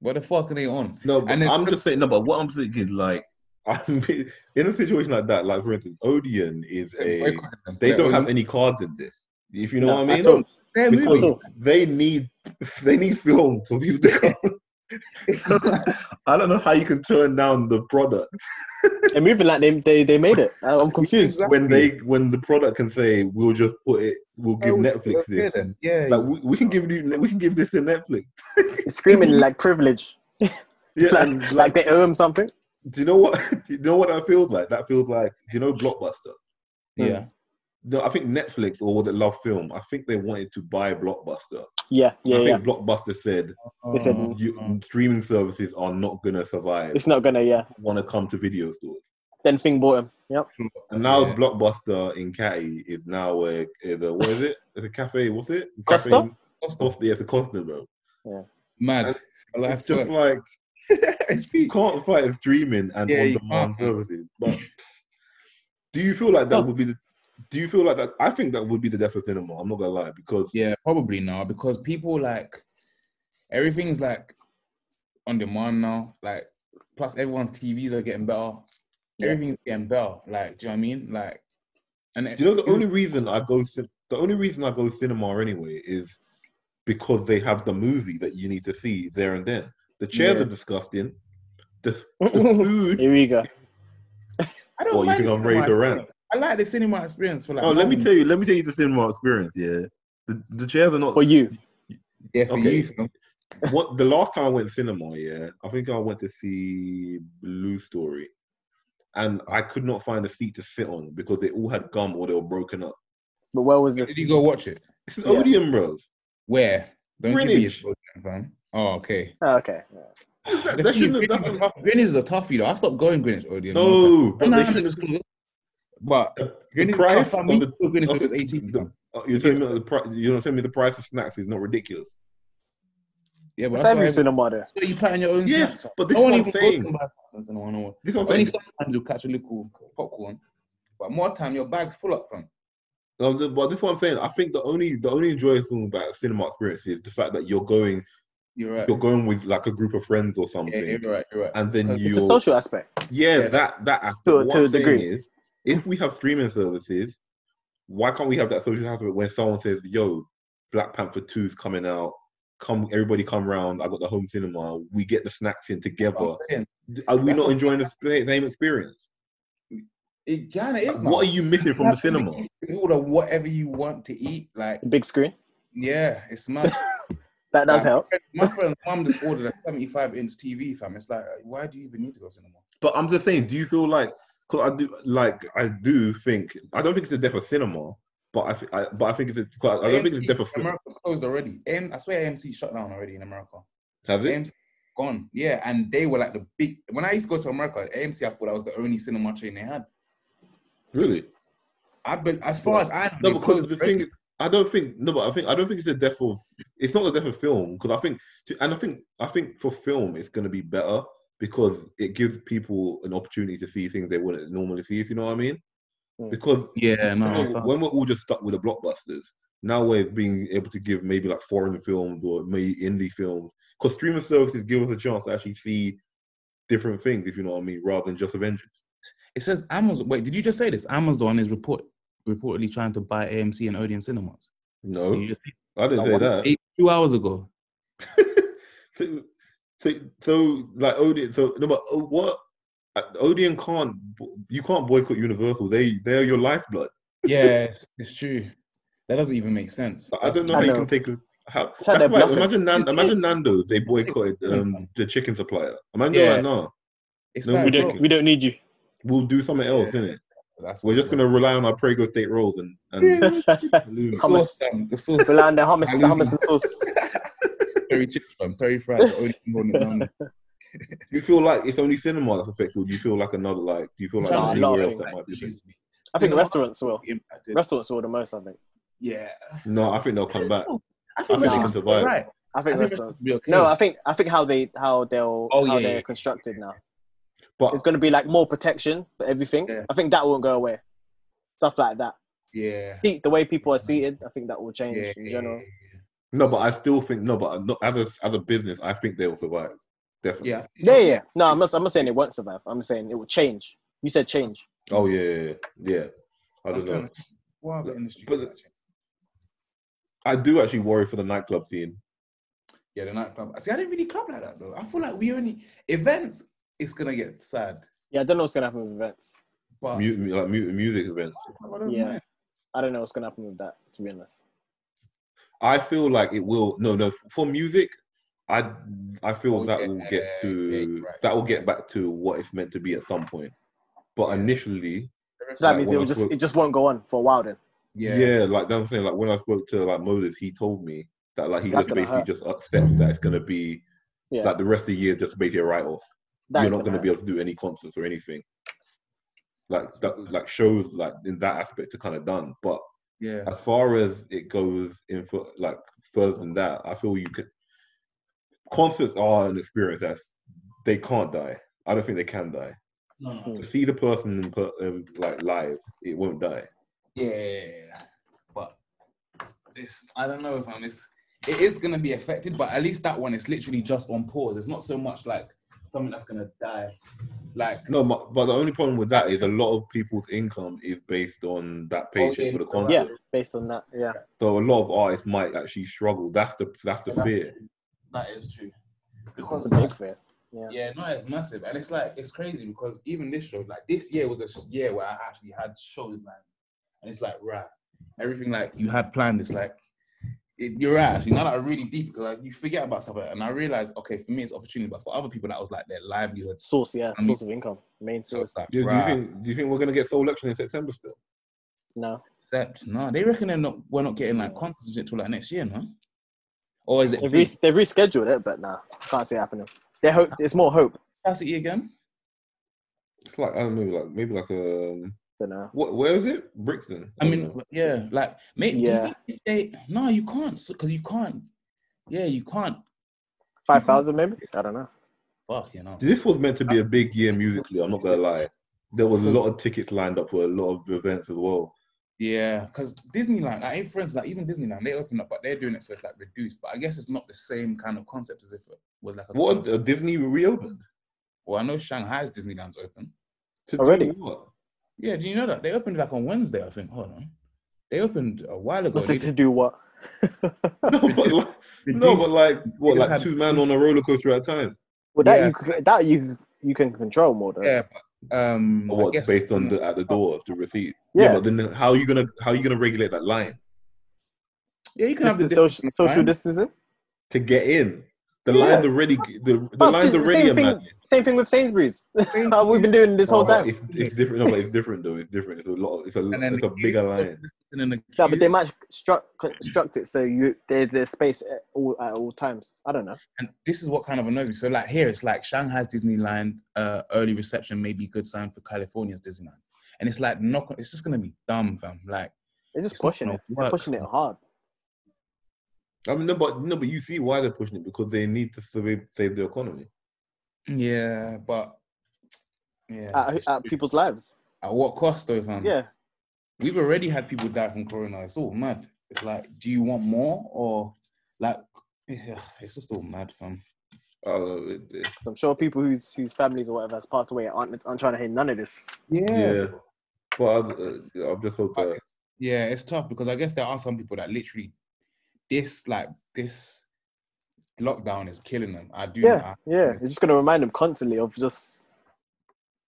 Speaker 3: What the fuck are they on?
Speaker 1: No, but
Speaker 3: And then-
Speaker 1: I'm just saying. No, but what I'm thinking, is, like, I'm in a situation like that. Like, for instance, Odeon is a. They don't have any cards in this. If you know
Speaker 2: No,
Speaker 1: what I
Speaker 2: at
Speaker 1: mean.
Speaker 2: all.
Speaker 3: their
Speaker 1: Because
Speaker 3: movie.
Speaker 2: all.
Speaker 1: they need they need film for people to come. So, I don't know how you can turn down the product
Speaker 2: They're moving like they they, they made it. I- I'm confused.
Speaker 1: when they when the product can say we'll just put it we'll give
Speaker 3: Oh,
Speaker 1: Netflix
Speaker 3: yeah,
Speaker 1: this.
Speaker 3: then. Yeah,
Speaker 1: Like we, we can give you we can give this to Netflix.
Speaker 2: It's screaming like privilege,
Speaker 1: Yeah,
Speaker 2: like,
Speaker 1: and,
Speaker 2: like they owe him something.
Speaker 1: do you know what do you know what that feels like that feels like do you know blockbuster
Speaker 3: yeah.
Speaker 1: no i think netflix or was it love film i think they wanted to buy blockbuster
Speaker 2: Yeah, yeah,
Speaker 1: i
Speaker 2: yeah.
Speaker 1: think blockbuster said
Speaker 2: They said-
Speaker 3: Um,
Speaker 1: you,
Speaker 3: um,
Speaker 1: streaming services are not going to survive
Speaker 2: It's not gonna. Yeah.
Speaker 1: want to come to video stores
Speaker 2: Then Thing bought him. Yep.
Speaker 1: and now
Speaker 3: Yeah.
Speaker 1: blockbuster in Cali is now a, is a what is it it's a cafe what's it
Speaker 2: Costa?
Speaker 1: Costa, yeah it's a Costa bro
Speaker 2: Yeah.
Speaker 3: Mad.
Speaker 1: That's-
Speaker 3: It's a life
Speaker 1: It's just
Speaker 3: work.
Speaker 1: like
Speaker 3: It's
Speaker 1: you
Speaker 3: peak.
Speaker 1: can't fight with streaming and
Speaker 3: Yeah,
Speaker 1: on
Speaker 3: you
Speaker 1: demand
Speaker 3: can't.
Speaker 1: services. But do you feel like that
Speaker 2: No.
Speaker 1: would be the do you feel like that? I think that would be the death of cinema. I'm not gonna lie because
Speaker 3: Yeah, probably now because people like everything's like on demand now. Like plus everyone's TVs are getting better.
Speaker 2: Yeah.
Speaker 3: Everything's getting better. Like, do you know what I mean? Like, and
Speaker 1: Do you know the only reason I go cin- the only reason I go cinema anyway is because they have the movie that you need to see there and then. The chairs
Speaker 3: Yeah.
Speaker 1: are disgusting. The, the food.
Speaker 2: Here we go.
Speaker 3: I
Speaker 1: Well, you
Speaker 3: mind
Speaker 1: think
Speaker 3: the
Speaker 1: I'm ready
Speaker 3: cinema
Speaker 1: to rant?
Speaker 3: experience. I like the cinema experience for like.
Speaker 1: Oh, let me
Speaker 3: moments.
Speaker 1: tell you. Let me tell you the cinema experience. Yeah, the, the chairs are not.
Speaker 2: For you.
Speaker 3: Yeah, for
Speaker 1: Okay.
Speaker 3: you. fam.
Speaker 1: what the last time I went to cinema, yeah, I think I went to see Blue Story, and I could not find a seat to sit on because they all had gum or they were broken up.
Speaker 2: But where was this?
Speaker 3: Did you go watch it?
Speaker 1: This is
Speaker 2: Yeah.
Speaker 1: Odeon, bro.
Speaker 3: Where? Don't give me a
Speaker 1: Greenwich.
Speaker 3: slogan, fam. Oh, okay.
Speaker 2: Oh, okay.
Speaker 1: That,
Speaker 3: The
Speaker 1: that
Speaker 3: thing is,
Speaker 1: shouldn't have
Speaker 3: Greenwich
Speaker 1: done
Speaker 3: is a tough- Greenwich is a toughie though. I stopped going Greenwich already.
Speaker 1: No, but they should.
Speaker 3: But
Speaker 1: The, the
Speaker 3: Greenwich is
Speaker 1: price
Speaker 3: tough.
Speaker 1: of
Speaker 3: fam. We
Speaker 1: the
Speaker 3: still Greenwich
Speaker 1: of
Speaker 3: when it was
Speaker 1: the-
Speaker 3: 18.
Speaker 1: the-
Speaker 3: fam.
Speaker 1: Uh, You're telling me the pri- you're not telling me the price of snacks is not ridiculous.
Speaker 3: Yeah, but
Speaker 2: It's
Speaker 3: that's why
Speaker 2: every
Speaker 3: everyone-
Speaker 2: cinema there.
Speaker 3: So you pattern your own
Speaker 1: Yeah,
Speaker 3: snacks. fam.
Speaker 1: but this
Speaker 3: no
Speaker 1: is
Speaker 3: one
Speaker 1: what I'm
Speaker 3: even goes
Speaker 1: saying.
Speaker 3: and buys snacks in one hour.
Speaker 1: This is what I'm
Speaker 3: Only
Speaker 1: saying.
Speaker 3: sometimes you catch a little popcorn, but more time your bag's full up from.
Speaker 1: No, th- but this is what I'm saying. I think the only the only enjoyable thing about cinema experience is the fact that you're going
Speaker 3: You're right.
Speaker 1: you're going with like a group of friends or something,
Speaker 3: yeah, you're right. You're right.
Speaker 1: and then
Speaker 3: It's a
Speaker 1: you
Speaker 2: Uh, It's the social aspect.
Speaker 1: yeah,
Speaker 3: Yeah.
Speaker 1: that that aspect.
Speaker 2: To-
Speaker 1: What
Speaker 2: to
Speaker 1: I'm
Speaker 2: a
Speaker 1: saying
Speaker 2: degree.
Speaker 1: is, if we have streaming services, why can't we have that social aspect when someone says, "Yo, Black Panther 2's coming out. Come, everybody, come round. I got the home cinema. We get the snacks in
Speaker 3: That's what
Speaker 1: together.
Speaker 3: I'm saying.
Speaker 1: Are we not enjoying the same same experience?
Speaker 3: It kind of
Speaker 1: Like,
Speaker 3: is.
Speaker 1: what
Speaker 3: man.
Speaker 1: are you missing from the
Speaker 3: You have to
Speaker 1: cinema?
Speaker 3: Order whatever you want to eat. Like,
Speaker 2: Big screen.
Speaker 3: yeah, it's mad.
Speaker 2: That does
Speaker 3: Like,
Speaker 2: help.
Speaker 3: My friend's mom just ordered a 75 inch TV, fam. It's like, why do you even need to go cinema?
Speaker 1: But I'm just saying, do you feel like? Cause I do like I do think I don't think it's the death of cinema, but I, th- I but I think it's a, 'cause I don't think it's the death of cinema.
Speaker 3: America closed already. AM, I swear AMC shut down already in America.
Speaker 1: Has it?
Speaker 3: AMC gone. Yeah, and they were like the big. When I used to go to America, AMC, I thought that was the only cinema chain they had.
Speaker 1: Really?
Speaker 3: I've been as far as I
Speaker 1: No,
Speaker 3: know. they
Speaker 1: because
Speaker 3: closed
Speaker 1: the
Speaker 3: already.
Speaker 1: thing is, I don't think no, but I think I don't think it's the death of it's not the death of film because I think and I think I think for film it's gonna be better because it gives people an opportunity to see things they wouldn't normally see if you know what I mean.
Speaker 2: Mm.
Speaker 1: Because
Speaker 3: yeah, no,
Speaker 1: when, we're,
Speaker 3: fam.
Speaker 1: when we're all just stuck with the blockbusters, now we're being able to give maybe like foreign films or maybe indie films because streaming services give us a chance to actually see different things if you know what I mean, rather than just Avengers.
Speaker 3: it says Amazon. Wait, did you just say this? Amazon is report reportedly trying to buy AMC and Odeon Cinemas.
Speaker 1: No,
Speaker 3: You just-
Speaker 1: I didn't say that.
Speaker 3: Eight- two hours ago.
Speaker 1: so, so, so, like Odeon, so no, but O- what uh, Odeon can't, bo- you can't boycott Universal. They they are your lifeblood.
Speaker 3: Yes, it's true. That doesn't even make sense.
Speaker 1: I don't know
Speaker 2: I
Speaker 1: how you
Speaker 2: know.
Speaker 1: can take a. How,
Speaker 2: It's like
Speaker 1: that's
Speaker 2: they're
Speaker 1: like,
Speaker 2: bluffing.
Speaker 1: imagine, Nan, imagine Nando. They boycotted
Speaker 3: Yeah.
Speaker 1: um, the chicken supplier. Imagine
Speaker 3: Yeah.
Speaker 1: they're like, no,
Speaker 3: It's
Speaker 1: No,
Speaker 3: like,
Speaker 2: We
Speaker 3: bro,
Speaker 2: don't. We don't need you.
Speaker 1: we'll do something else,
Speaker 3: Yeah.
Speaker 1: innit?
Speaker 3: that's
Speaker 1: We're just
Speaker 3: what-
Speaker 1: gonna rely on our Prego State rolls and, and
Speaker 3: The
Speaker 1: lose.
Speaker 3: sauce, fam, the sauce.
Speaker 2: Rely on the hummus, the hummus and sauce.
Speaker 3: Perry chips, fam. Perry fries. the only thing on it, man.
Speaker 1: Do you feel like it's only cinema that's affected, or do you feel like another like? Do you feel like
Speaker 2: Nah,
Speaker 1: there's
Speaker 2: a lot
Speaker 1: anywhere
Speaker 2: of
Speaker 1: else that might be? affected?
Speaker 2: I think
Speaker 3: Cinema
Speaker 2: restaurants will.
Speaker 3: impacted.
Speaker 2: Restaurants will the most. I think.
Speaker 3: Yeah.
Speaker 1: No, I think they'll come back.
Speaker 3: I
Speaker 1: think
Speaker 3: think
Speaker 2: they
Speaker 1: can
Speaker 3: restaurants are
Speaker 1: survive.
Speaker 3: right.
Speaker 2: I
Speaker 3: I
Speaker 2: think
Speaker 3: think
Speaker 2: restaurants.
Speaker 3: restaurants will be okay.
Speaker 2: No, I think I think how they how they'll
Speaker 3: Oh,
Speaker 2: how
Speaker 3: yeah,
Speaker 2: they're
Speaker 3: yeah.
Speaker 2: constructed now.
Speaker 1: But
Speaker 2: It's going to be like more protection for everything.
Speaker 3: Yeah.
Speaker 2: I think that won't go away. Stuff like that.
Speaker 3: Yeah.
Speaker 2: Seat the way people are seated. I think that will change
Speaker 3: Yeah.
Speaker 2: in general.
Speaker 1: No, but I still think no, but not, as a as a business, I think they will survive. Definitely.
Speaker 3: Yeah.
Speaker 2: Yeah, yeah. No, I'm not. I'm not saying it won't survive. I'm saying it will change. You said change.
Speaker 1: Oh yeah, yeah, yeah. yeah. I don't know.
Speaker 3: What other industry?
Speaker 1: But-
Speaker 3: can I check?
Speaker 1: I do actually worry for the nightclub scene.
Speaker 3: yeah, the nightclub. See, I didn't really club like that though. I feel like we only events. It's gonna get sad,
Speaker 2: Yeah, I don't know what's going to happen with events.
Speaker 3: but
Speaker 1: Mu- mu- like mu- music events.
Speaker 3: I don't
Speaker 2: Yeah.
Speaker 3: mind.
Speaker 2: I don't know what's going to happen with that. To be honest.
Speaker 1: I feel like it will. No, no. For music, I I feel
Speaker 3: Oh,
Speaker 1: that
Speaker 3: yeah,
Speaker 1: will get
Speaker 3: yeah,
Speaker 1: to
Speaker 3: you're right.
Speaker 1: that will get back to what it's meant to be at some point. But
Speaker 3: Yeah.
Speaker 1: initially,
Speaker 2: So that
Speaker 1: Like,
Speaker 2: means
Speaker 1: when
Speaker 2: it will
Speaker 1: I
Speaker 2: just
Speaker 1: spoke-
Speaker 2: it just won't go on for a while then.
Speaker 1: yeah.
Speaker 3: yeah,
Speaker 1: like that's what I'm saying. Like when I spoke to like Moses, he told me that like he
Speaker 2: That's
Speaker 1: just
Speaker 2: gonna
Speaker 1: basically
Speaker 2: hurt.
Speaker 1: just accepts that it's gonna be
Speaker 2: Yeah.
Speaker 1: like the rest of the year just basically a write off.
Speaker 2: That
Speaker 1: you're
Speaker 2: is
Speaker 1: not going to be able to do any concerts or anything. Like that, like shows, like in that aspect, are kind of done. But
Speaker 3: yeah.
Speaker 1: as far as it goes in for like further than that, I feel you could. concerts are an experience that they can't die. I don't think they can die.
Speaker 4: No, no.
Speaker 2: Hmm.
Speaker 1: To see the person in per- um, like live, it won't die.
Speaker 3: Yeah, but this I don't know if I'm this. It is gonna be affected, but at least that one is literally just on pause. It's not so much like something that's gonna die. Like
Speaker 1: No, my, but the only problem with that is a lot of people's income is based on that paycheck
Speaker 3: yeah,
Speaker 1: for the
Speaker 3: yeah.
Speaker 1: concert.
Speaker 2: yeah, based on that, yeah.
Speaker 1: So a lot of artists might actually struggle. That's the that's the fear.
Speaker 3: that is true.
Speaker 2: It's
Speaker 3: Because
Speaker 2: a big fear.
Speaker 3: yeah, no, it's massive, and it's like it's crazy because even this show, like this year was a s- year where I actually had shows, man, and it's like right, everything like you had planned is like it, you're right. Actually, now that I really deep, like you forget about stuff, like that. and I realized okay, for me it's opportunity, but for other people that was like their livelihood.
Speaker 2: Source, yeah,
Speaker 3: I mean-
Speaker 2: source of income, main
Speaker 3: So
Speaker 2: source.
Speaker 3: it's like
Speaker 1: Do, do you
Speaker 3: right.
Speaker 1: think do you think we're gonna get Soul Election in September still?
Speaker 2: No,
Speaker 3: Except no, they reckon they're not. We're not getting like concerts until like next year, no. Or is it
Speaker 2: they've,
Speaker 3: big
Speaker 2: re- they've rescheduled it, but nah, can't see it happening. They hope it's more hope.
Speaker 3: capacity again?
Speaker 1: It's like I don't know, like maybe like um
Speaker 2: Don't know.
Speaker 1: what where is it? Brixton.
Speaker 3: I
Speaker 1: don't
Speaker 3: mean,
Speaker 1: know.
Speaker 3: yeah, like maybe.
Speaker 2: Yeah.
Speaker 3: if they no, you can't because you can't. Yeah, you can't.
Speaker 2: Five thousand maybe? I don't know.
Speaker 3: Fuck, you know.
Speaker 1: this was meant to
Speaker 3: uh,
Speaker 1: be a big year musically. I'm not gonna lie. There was a lot of tickets lined up for a lot of events as well.
Speaker 3: Yeah, because Disneyland, like, in- for instance, like even Disneyland, they open up, but they're doing it so it's like reduced. But I guess it's not the same kind of concept as if it was like a.
Speaker 1: What
Speaker 3: concert.
Speaker 1: uh, Disney reopened
Speaker 3: Well, I know Shanghai's Disneyland's open.
Speaker 1: To
Speaker 2: Already?
Speaker 1: do what?
Speaker 3: Yeah, do you know that they opened like on Wednesday? I think. Hold on, they opened a while ago.
Speaker 2: What's
Speaker 3: They
Speaker 2: it to do what?
Speaker 1: No, but like,
Speaker 3: reduced-
Speaker 1: no, but like what?
Speaker 3: They
Speaker 1: Like
Speaker 3: just had-
Speaker 1: two men on a roller coaster at a time.
Speaker 2: Well, that
Speaker 3: Yeah.
Speaker 2: you c- that you you can control more though.
Speaker 3: yeah, but, um,
Speaker 1: Or
Speaker 3: I
Speaker 1: what?
Speaker 3: guess-
Speaker 1: Based on the at the door to receive.
Speaker 2: Yeah.
Speaker 1: yeah, but then how are you gonna how are you gonna regulate that line?
Speaker 3: yeah, you can
Speaker 2: Just
Speaker 3: have
Speaker 2: the
Speaker 3: the
Speaker 2: social, social
Speaker 3: fine.
Speaker 2: distancing.
Speaker 1: to get in. The
Speaker 2: Yeah.
Speaker 1: line's already the, the
Speaker 2: Oh,
Speaker 1: line's
Speaker 2: just-
Speaker 1: already
Speaker 2: same thing.
Speaker 1: imagined.
Speaker 2: Same thing with Sainsbury's.
Speaker 3: different-
Speaker 2: How we've been doing this whole
Speaker 1: Oh,
Speaker 2: time.
Speaker 1: it's, it's different. No, but it's different though. It's different. It's a lot. It's a
Speaker 3: And then
Speaker 1: it's
Speaker 3: the
Speaker 1: a bigger
Speaker 3: queues-
Speaker 1: line.
Speaker 3: and then the
Speaker 2: No, but they
Speaker 3: queues.
Speaker 2: might struct construct it so you there's there's space at all at all times. I don't know.
Speaker 3: and this is what kind of annoys me. So like here, it's like Shanghai's Disneyland uh, early reception may be good sign for California's Disneyland, and it's like knock. It's just gonna be dumb, fam. Like
Speaker 2: They're just
Speaker 3: it's not
Speaker 2: pushing
Speaker 3: gonna
Speaker 2: it. They're
Speaker 3: work.
Speaker 2: pushing it hard.
Speaker 1: I mean, no, but no, but you see why they're pushing it because they need to save, save the economy.
Speaker 3: Yeah, but yeah, um,
Speaker 2: At, at people's lives.
Speaker 3: At what cost, though, fam?
Speaker 2: Yeah.
Speaker 3: we've already had people die from corona. It's all mad. It's like, do you want more or like? Yeah, it's just all mad, fam.
Speaker 1: Uh, it, it,
Speaker 2: Because I'm sure people whose whose families or whatever has passed away aren't, aren't trying to hear none of this.
Speaker 1: yeah. But I, uh, I just hope that
Speaker 3: Yeah, it's tough because I guess there are some people that literally this like this lockdown is killing them. I do.
Speaker 2: Yeah,
Speaker 3: I-
Speaker 2: yeah. It's just going to remind them constantly of just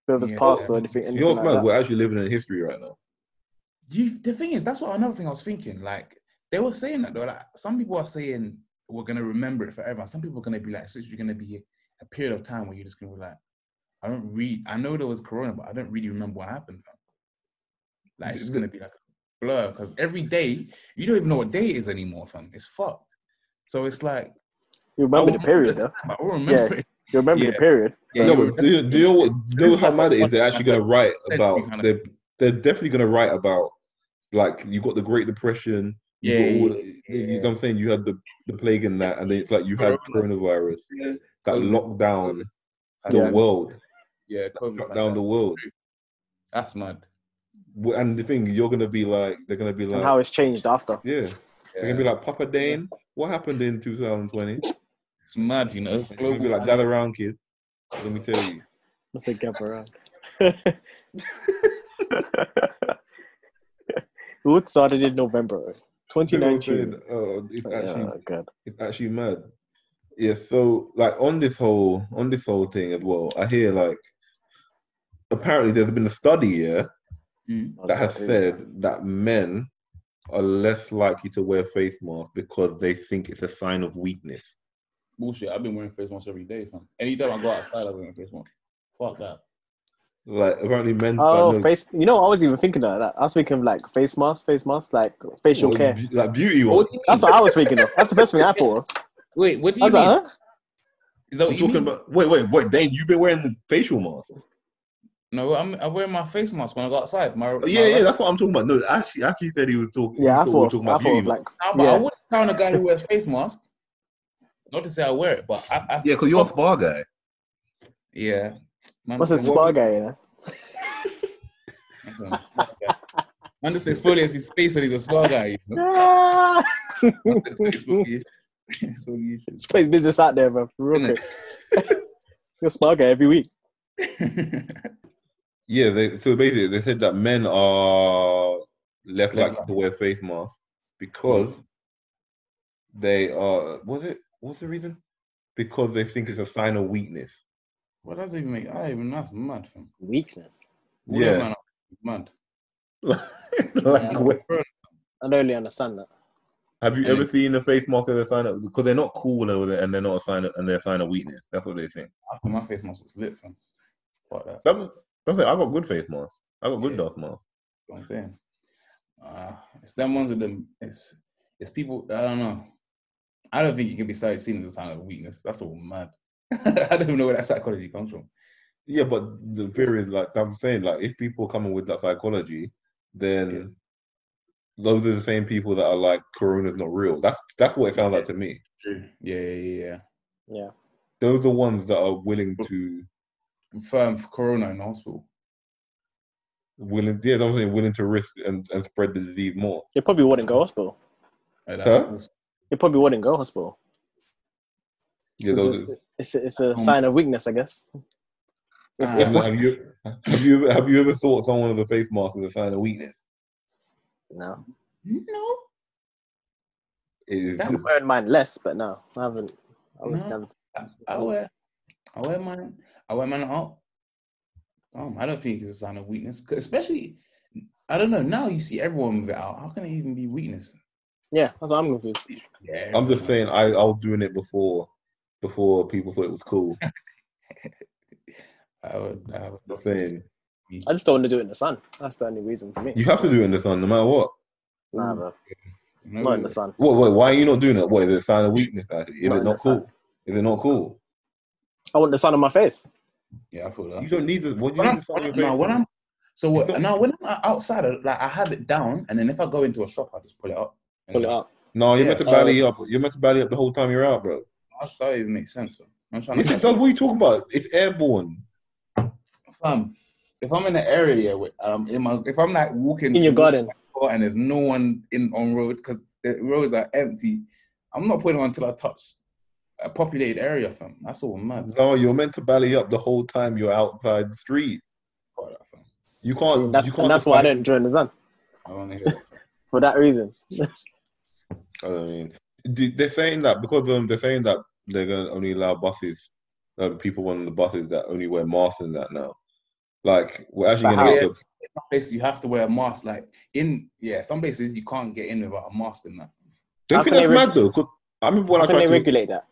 Speaker 2: whoever's
Speaker 3: Yeah.
Speaker 2: passed or anything.
Speaker 1: you
Speaker 2: anything
Speaker 1: know,
Speaker 2: like
Speaker 1: what's mad?
Speaker 2: that.
Speaker 1: we're actually living in history right now.
Speaker 3: Do you, the thing is, that's what another thing I was thinking. Like they were saying that though. Like some people are saying we're gonna remember it forever. Some people are gonna be like, it's literally gonna be a period of time where you're just gonna be like, I don't read. I know there was corona, but I don't really remember what happened. Fam. Like it's just gonna be like a blur because every day you don't even know what day it is anymore, fam. It's fucked. So it's like
Speaker 2: You
Speaker 3: I
Speaker 2: remember
Speaker 3: will
Speaker 2: the period, though.
Speaker 3: I will remember it.
Speaker 2: You remember
Speaker 3: Yeah.
Speaker 2: the period.
Speaker 3: Yeah,
Speaker 1: no,
Speaker 3: you
Speaker 1: but do you, do you know what? Do you know
Speaker 3: This
Speaker 1: how
Speaker 3: is
Speaker 1: mad it is? They're
Speaker 3: what-
Speaker 1: actually going to write about.
Speaker 3: kind of-
Speaker 1: They're, they're definitely going to write about. Like you got the Great Depression. You
Speaker 3: Yeah,
Speaker 1: got all,
Speaker 3: yeah,
Speaker 1: the-
Speaker 3: yeah,
Speaker 1: You
Speaker 3: yeah.
Speaker 1: know what I'm saying? You had the, the plague and that, and then it's like you had coronavirus
Speaker 3: Yeah.
Speaker 1: that
Speaker 3: Covid.
Speaker 1: locked down the
Speaker 3: yeah,
Speaker 1: world,
Speaker 3: yeah, COVID,
Speaker 1: shut
Speaker 3: man.
Speaker 1: down the world.
Speaker 3: That's mad.
Speaker 1: W- And the thing you're gonna be like, they're gonna be
Speaker 2: And
Speaker 1: like,
Speaker 2: how it's changed after.
Speaker 1: yeah, they're gonna be like Papa Dane. What happened in 2020?
Speaker 3: It's mad, you know.
Speaker 1: They're gonna be like that around kid. Let me tell you.
Speaker 2: Let's say gap around. What started in November
Speaker 1: You know what I'm
Speaker 2: 2019.
Speaker 1: saying? Oh, it's actually
Speaker 2: Oh, God.
Speaker 1: it's actually mad. Yeah, so like on this whole on this whole thing as well, I hear like apparently there's been a study yeah that has said that men are less likely to wear face masks because they think it's a sign of weakness.
Speaker 3: Bullshit. I've been wearing face masks every day, fam. Anytime I go outside, I'm wearing face mask. Fuck that.
Speaker 1: Like apparently men
Speaker 2: Oh,
Speaker 1: like, no-
Speaker 2: face. You know, I was even thinking of that. I was thinking of like face mask, face mask, like facial
Speaker 1: well,
Speaker 2: care.
Speaker 1: be- like beauty one.
Speaker 3: What do you mean?
Speaker 2: That's what I was thinking of. That's the first thing I thought of.
Speaker 3: Wait, what do
Speaker 2: I
Speaker 3: you
Speaker 2: was
Speaker 3: mean?
Speaker 2: like, huh?
Speaker 3: Is that
Speaker 1: I'm
Speaker 3: what you
Speaker 1: talking
Speaker 3: mean?
Speaker 1: about wait, wait, wait, Dane, you've been wearing the facial mask.
Speaker 3: No, I'm, I'm wearing my face mask when I go outside. My, my
Speaker 1: yeah, yeah, that's what I'm talking about. No, actually actually said he was talking he
Speaker 2: Yeah, I
Speaker 1: thought we were
Speaker 2: thought, I thought of
Speaker 1: beauty
Speaker 2: like,
Speaker 3: No, but I
Speaker 2: yeah,
Speaker 3: wouldn't count a guy who wears face mask. Not to say I wear it, but I, I
Speaker 4: Yeah, because you're a
Speaker 1: Oh.
Speaker 4: spa guy.
Speaker 3: yeah. Man,
Speaker 2: What's a
Speaker 3: what-
Speaker 2: spa guy, you know?
Speaker 3: Man, man just exfoliates his face and he's a spa guy. You know?
Speaker 2: Ah!
Speaker 3: Exfoliation. Exfoliation.
Speaker 2: This place business out there, bro. Real
Speaker 3: Innit?
Speaker 2: quick. You're a spa guy every week.
Speaker 1: Yeah, they, so basically they said that men are less
Speaker 3: Less
Speaker 1: likely to wear face masks because they are. Was it? What's the reason? Because they think it's a sign of weakness.
Speaker 3: what does it even make? I even that's mad, fam.
Speaker 2: Weakness.
Speaker 3: All
Speaker 1: Yeah.
Speaker 3: that man, are mad.
Speaker 1: like, where-
Speaker 3: Bro,
Speaker 2: I don't really understand that.
Speaker 1: have you
Speaker 3: Yeah.
Speaker 1: ever seen a face mask as a sign of? Because they're not cool and they're- and they're not a sign of, and they're a sign of weakness. That's what they think.
Speaker 3: I thought my face mask was lit, fam. Fuck that.
Speaker 1: Some, some say I got good face masks. I got good dust masks.
Speaker 3: what I'm saying. Uh, it's them ones with them. It's it's people. I don't know. I don't think you can be started seen as a sign of weakness. That's all mad. I don't even know where that psychology comes from.
Speaker 1: Yeah, but the fear is like I'm saying, like if people are coming with that psychology, then those are the same people that are like Corona's not real. That's that's what it sounds like to me.
Speaker 3: Yeah, yeah, yeah. yeah.
Speaker 2: Yeah.
Speaker 1: Those are the ones that are willing to
Speaker 3: Confirmed for corona in the hospital.
Speaker 1: willing yeah, that's what I'm saying, willing to risk and, and spread the disease more.
Speaker 2: They probably wouldn't go hospital.
Speaker 3: Like, that's
Speaker 1: Huh?
Speaker 3: also-
Speaker 2: They probably wouldn't go hospital.
Speaker 1: Yeah,
Speaker 2: it's,
Speaker 1: those
Speaker 2: just- it's, a- it's a
Speaker 3: Um,
Speaker 2: sign of weakness, I guess. uh,
Speaker 3: Ah,
Speaker 1: have, have you have you ever- have you ever thought someone with a face mask is a sign of weakness?
Speaker 2: No.
Speaker 3: no.
Speaker 1: It is
Speaker 3: That
Speaker 1: just-
Speaker 2: Wearing mine less, but no, I haven't. I would
Speaker 3: No.
Speaker 2: never.
Speaker 3: I, I wear, I wear mine. I wear mine out. Um, I don't think it's a sign of weakness, 'Cause especially. I don't know. Now you see everyone with it out. How can it even be weakness?
Speaker 2: Yeah, that's what I'm confused.
Speaker 3: Yeah,
Speaker 1: I'm just
Speaker 3: everyone.
Speaker 1: saying I, I was doing it before before people thought it was cool.
Speaker 3: I would, I would
Speaker 1: I'm saying
Speaker 2: I just don't want to do it in the sun. That's the only reason for me.
Speaker 1: you have to do it in the sun no matter what.
Speaker 2: nah, bro.
Speaker 3: No,
Speaker 2: Not in the sun.
Speaker 1: What, wait, why are you not doing it? What is it a sign of weakness? actually? Is
Speaker 2: No,
Speaker 1: it not
Speaker 2: that's not-
Speaker 1: cool? Is it not cool?
Speaker 2: I want the sun on my face.
Speaker 3: Yeah, I feel that.
Speaker 1: You don't need this. What do
Speaker 3: when
Speaker 1: you
Speaker 3: I'm,
Speaker 1: need to
Speaker 3: when- no, when I'm so what,
Speaker 1: don't-
Speaker 3: now when I'm outside, like I have it down, and then if I go into a shop, I just pull it up. and
Speaker 2: Pull it up.
Speaker 1: No, you're
Speaker 3: Yeah.
Speaker 1: meant to belly up. You're meant to belly up the whole time you're out, bro.
Speaker 3: That's that even makes sense. Bro. I'm trying
Speaker 1: Yes,
Speaker 3: to
Speaker 1: it does. What are you talking about? It's airborne.
Speaker 3: if I'm, if I'm in an area where um in my if I'm like walking
Speaker 2: In your
Speaker 3: towards
Speaker 2: garden.
Speaker 3: the car and there's no one in on road because the roads are empty, I'm not putting on until I touch a populated area, fam. That's all
Speaker 2: Mm-hmm.
Speaker 3: mad.
Speaker 1: No, you're meant to belly up the whole time you're outside the street.
Speaker 3: Fuck that, fam.
Speaker 1: You can't. Oh,
Speaker 2: That's,
Speaker 1: you
Speaker 2: and
Speaker 1: can't
Speaker 2: that's why I didn't join the sun.
Speaker 3: I don't wanna hear that. fam.
Speaker 2: For that reason.
Speaker 1: I mean, do- they're saying that because um, they're saying that they're gonna only allow buses, um, people on the buses that only wear masks and that now. Like we're actually
Speaker 2: But
Speaker 1: gonna
Speaker 2: how?
Speaker 1: have to
Speaker 3: In some places you have to wear a mask. Like in yeah, some places you can't get in without a mask and that.
Speaker 2: How
Speaker 1: Don't you
Speaker 2: can
Speaker 1: think
Speaker 2: they
Speaker 1: that's mad though? 'Cause I remember when
Speaker 2: How
Speaker 1: I
Speaker 2: can
Speaker 1: tried
Speaker 2: they
Speaker 1: to.
Speaker 2: regulate that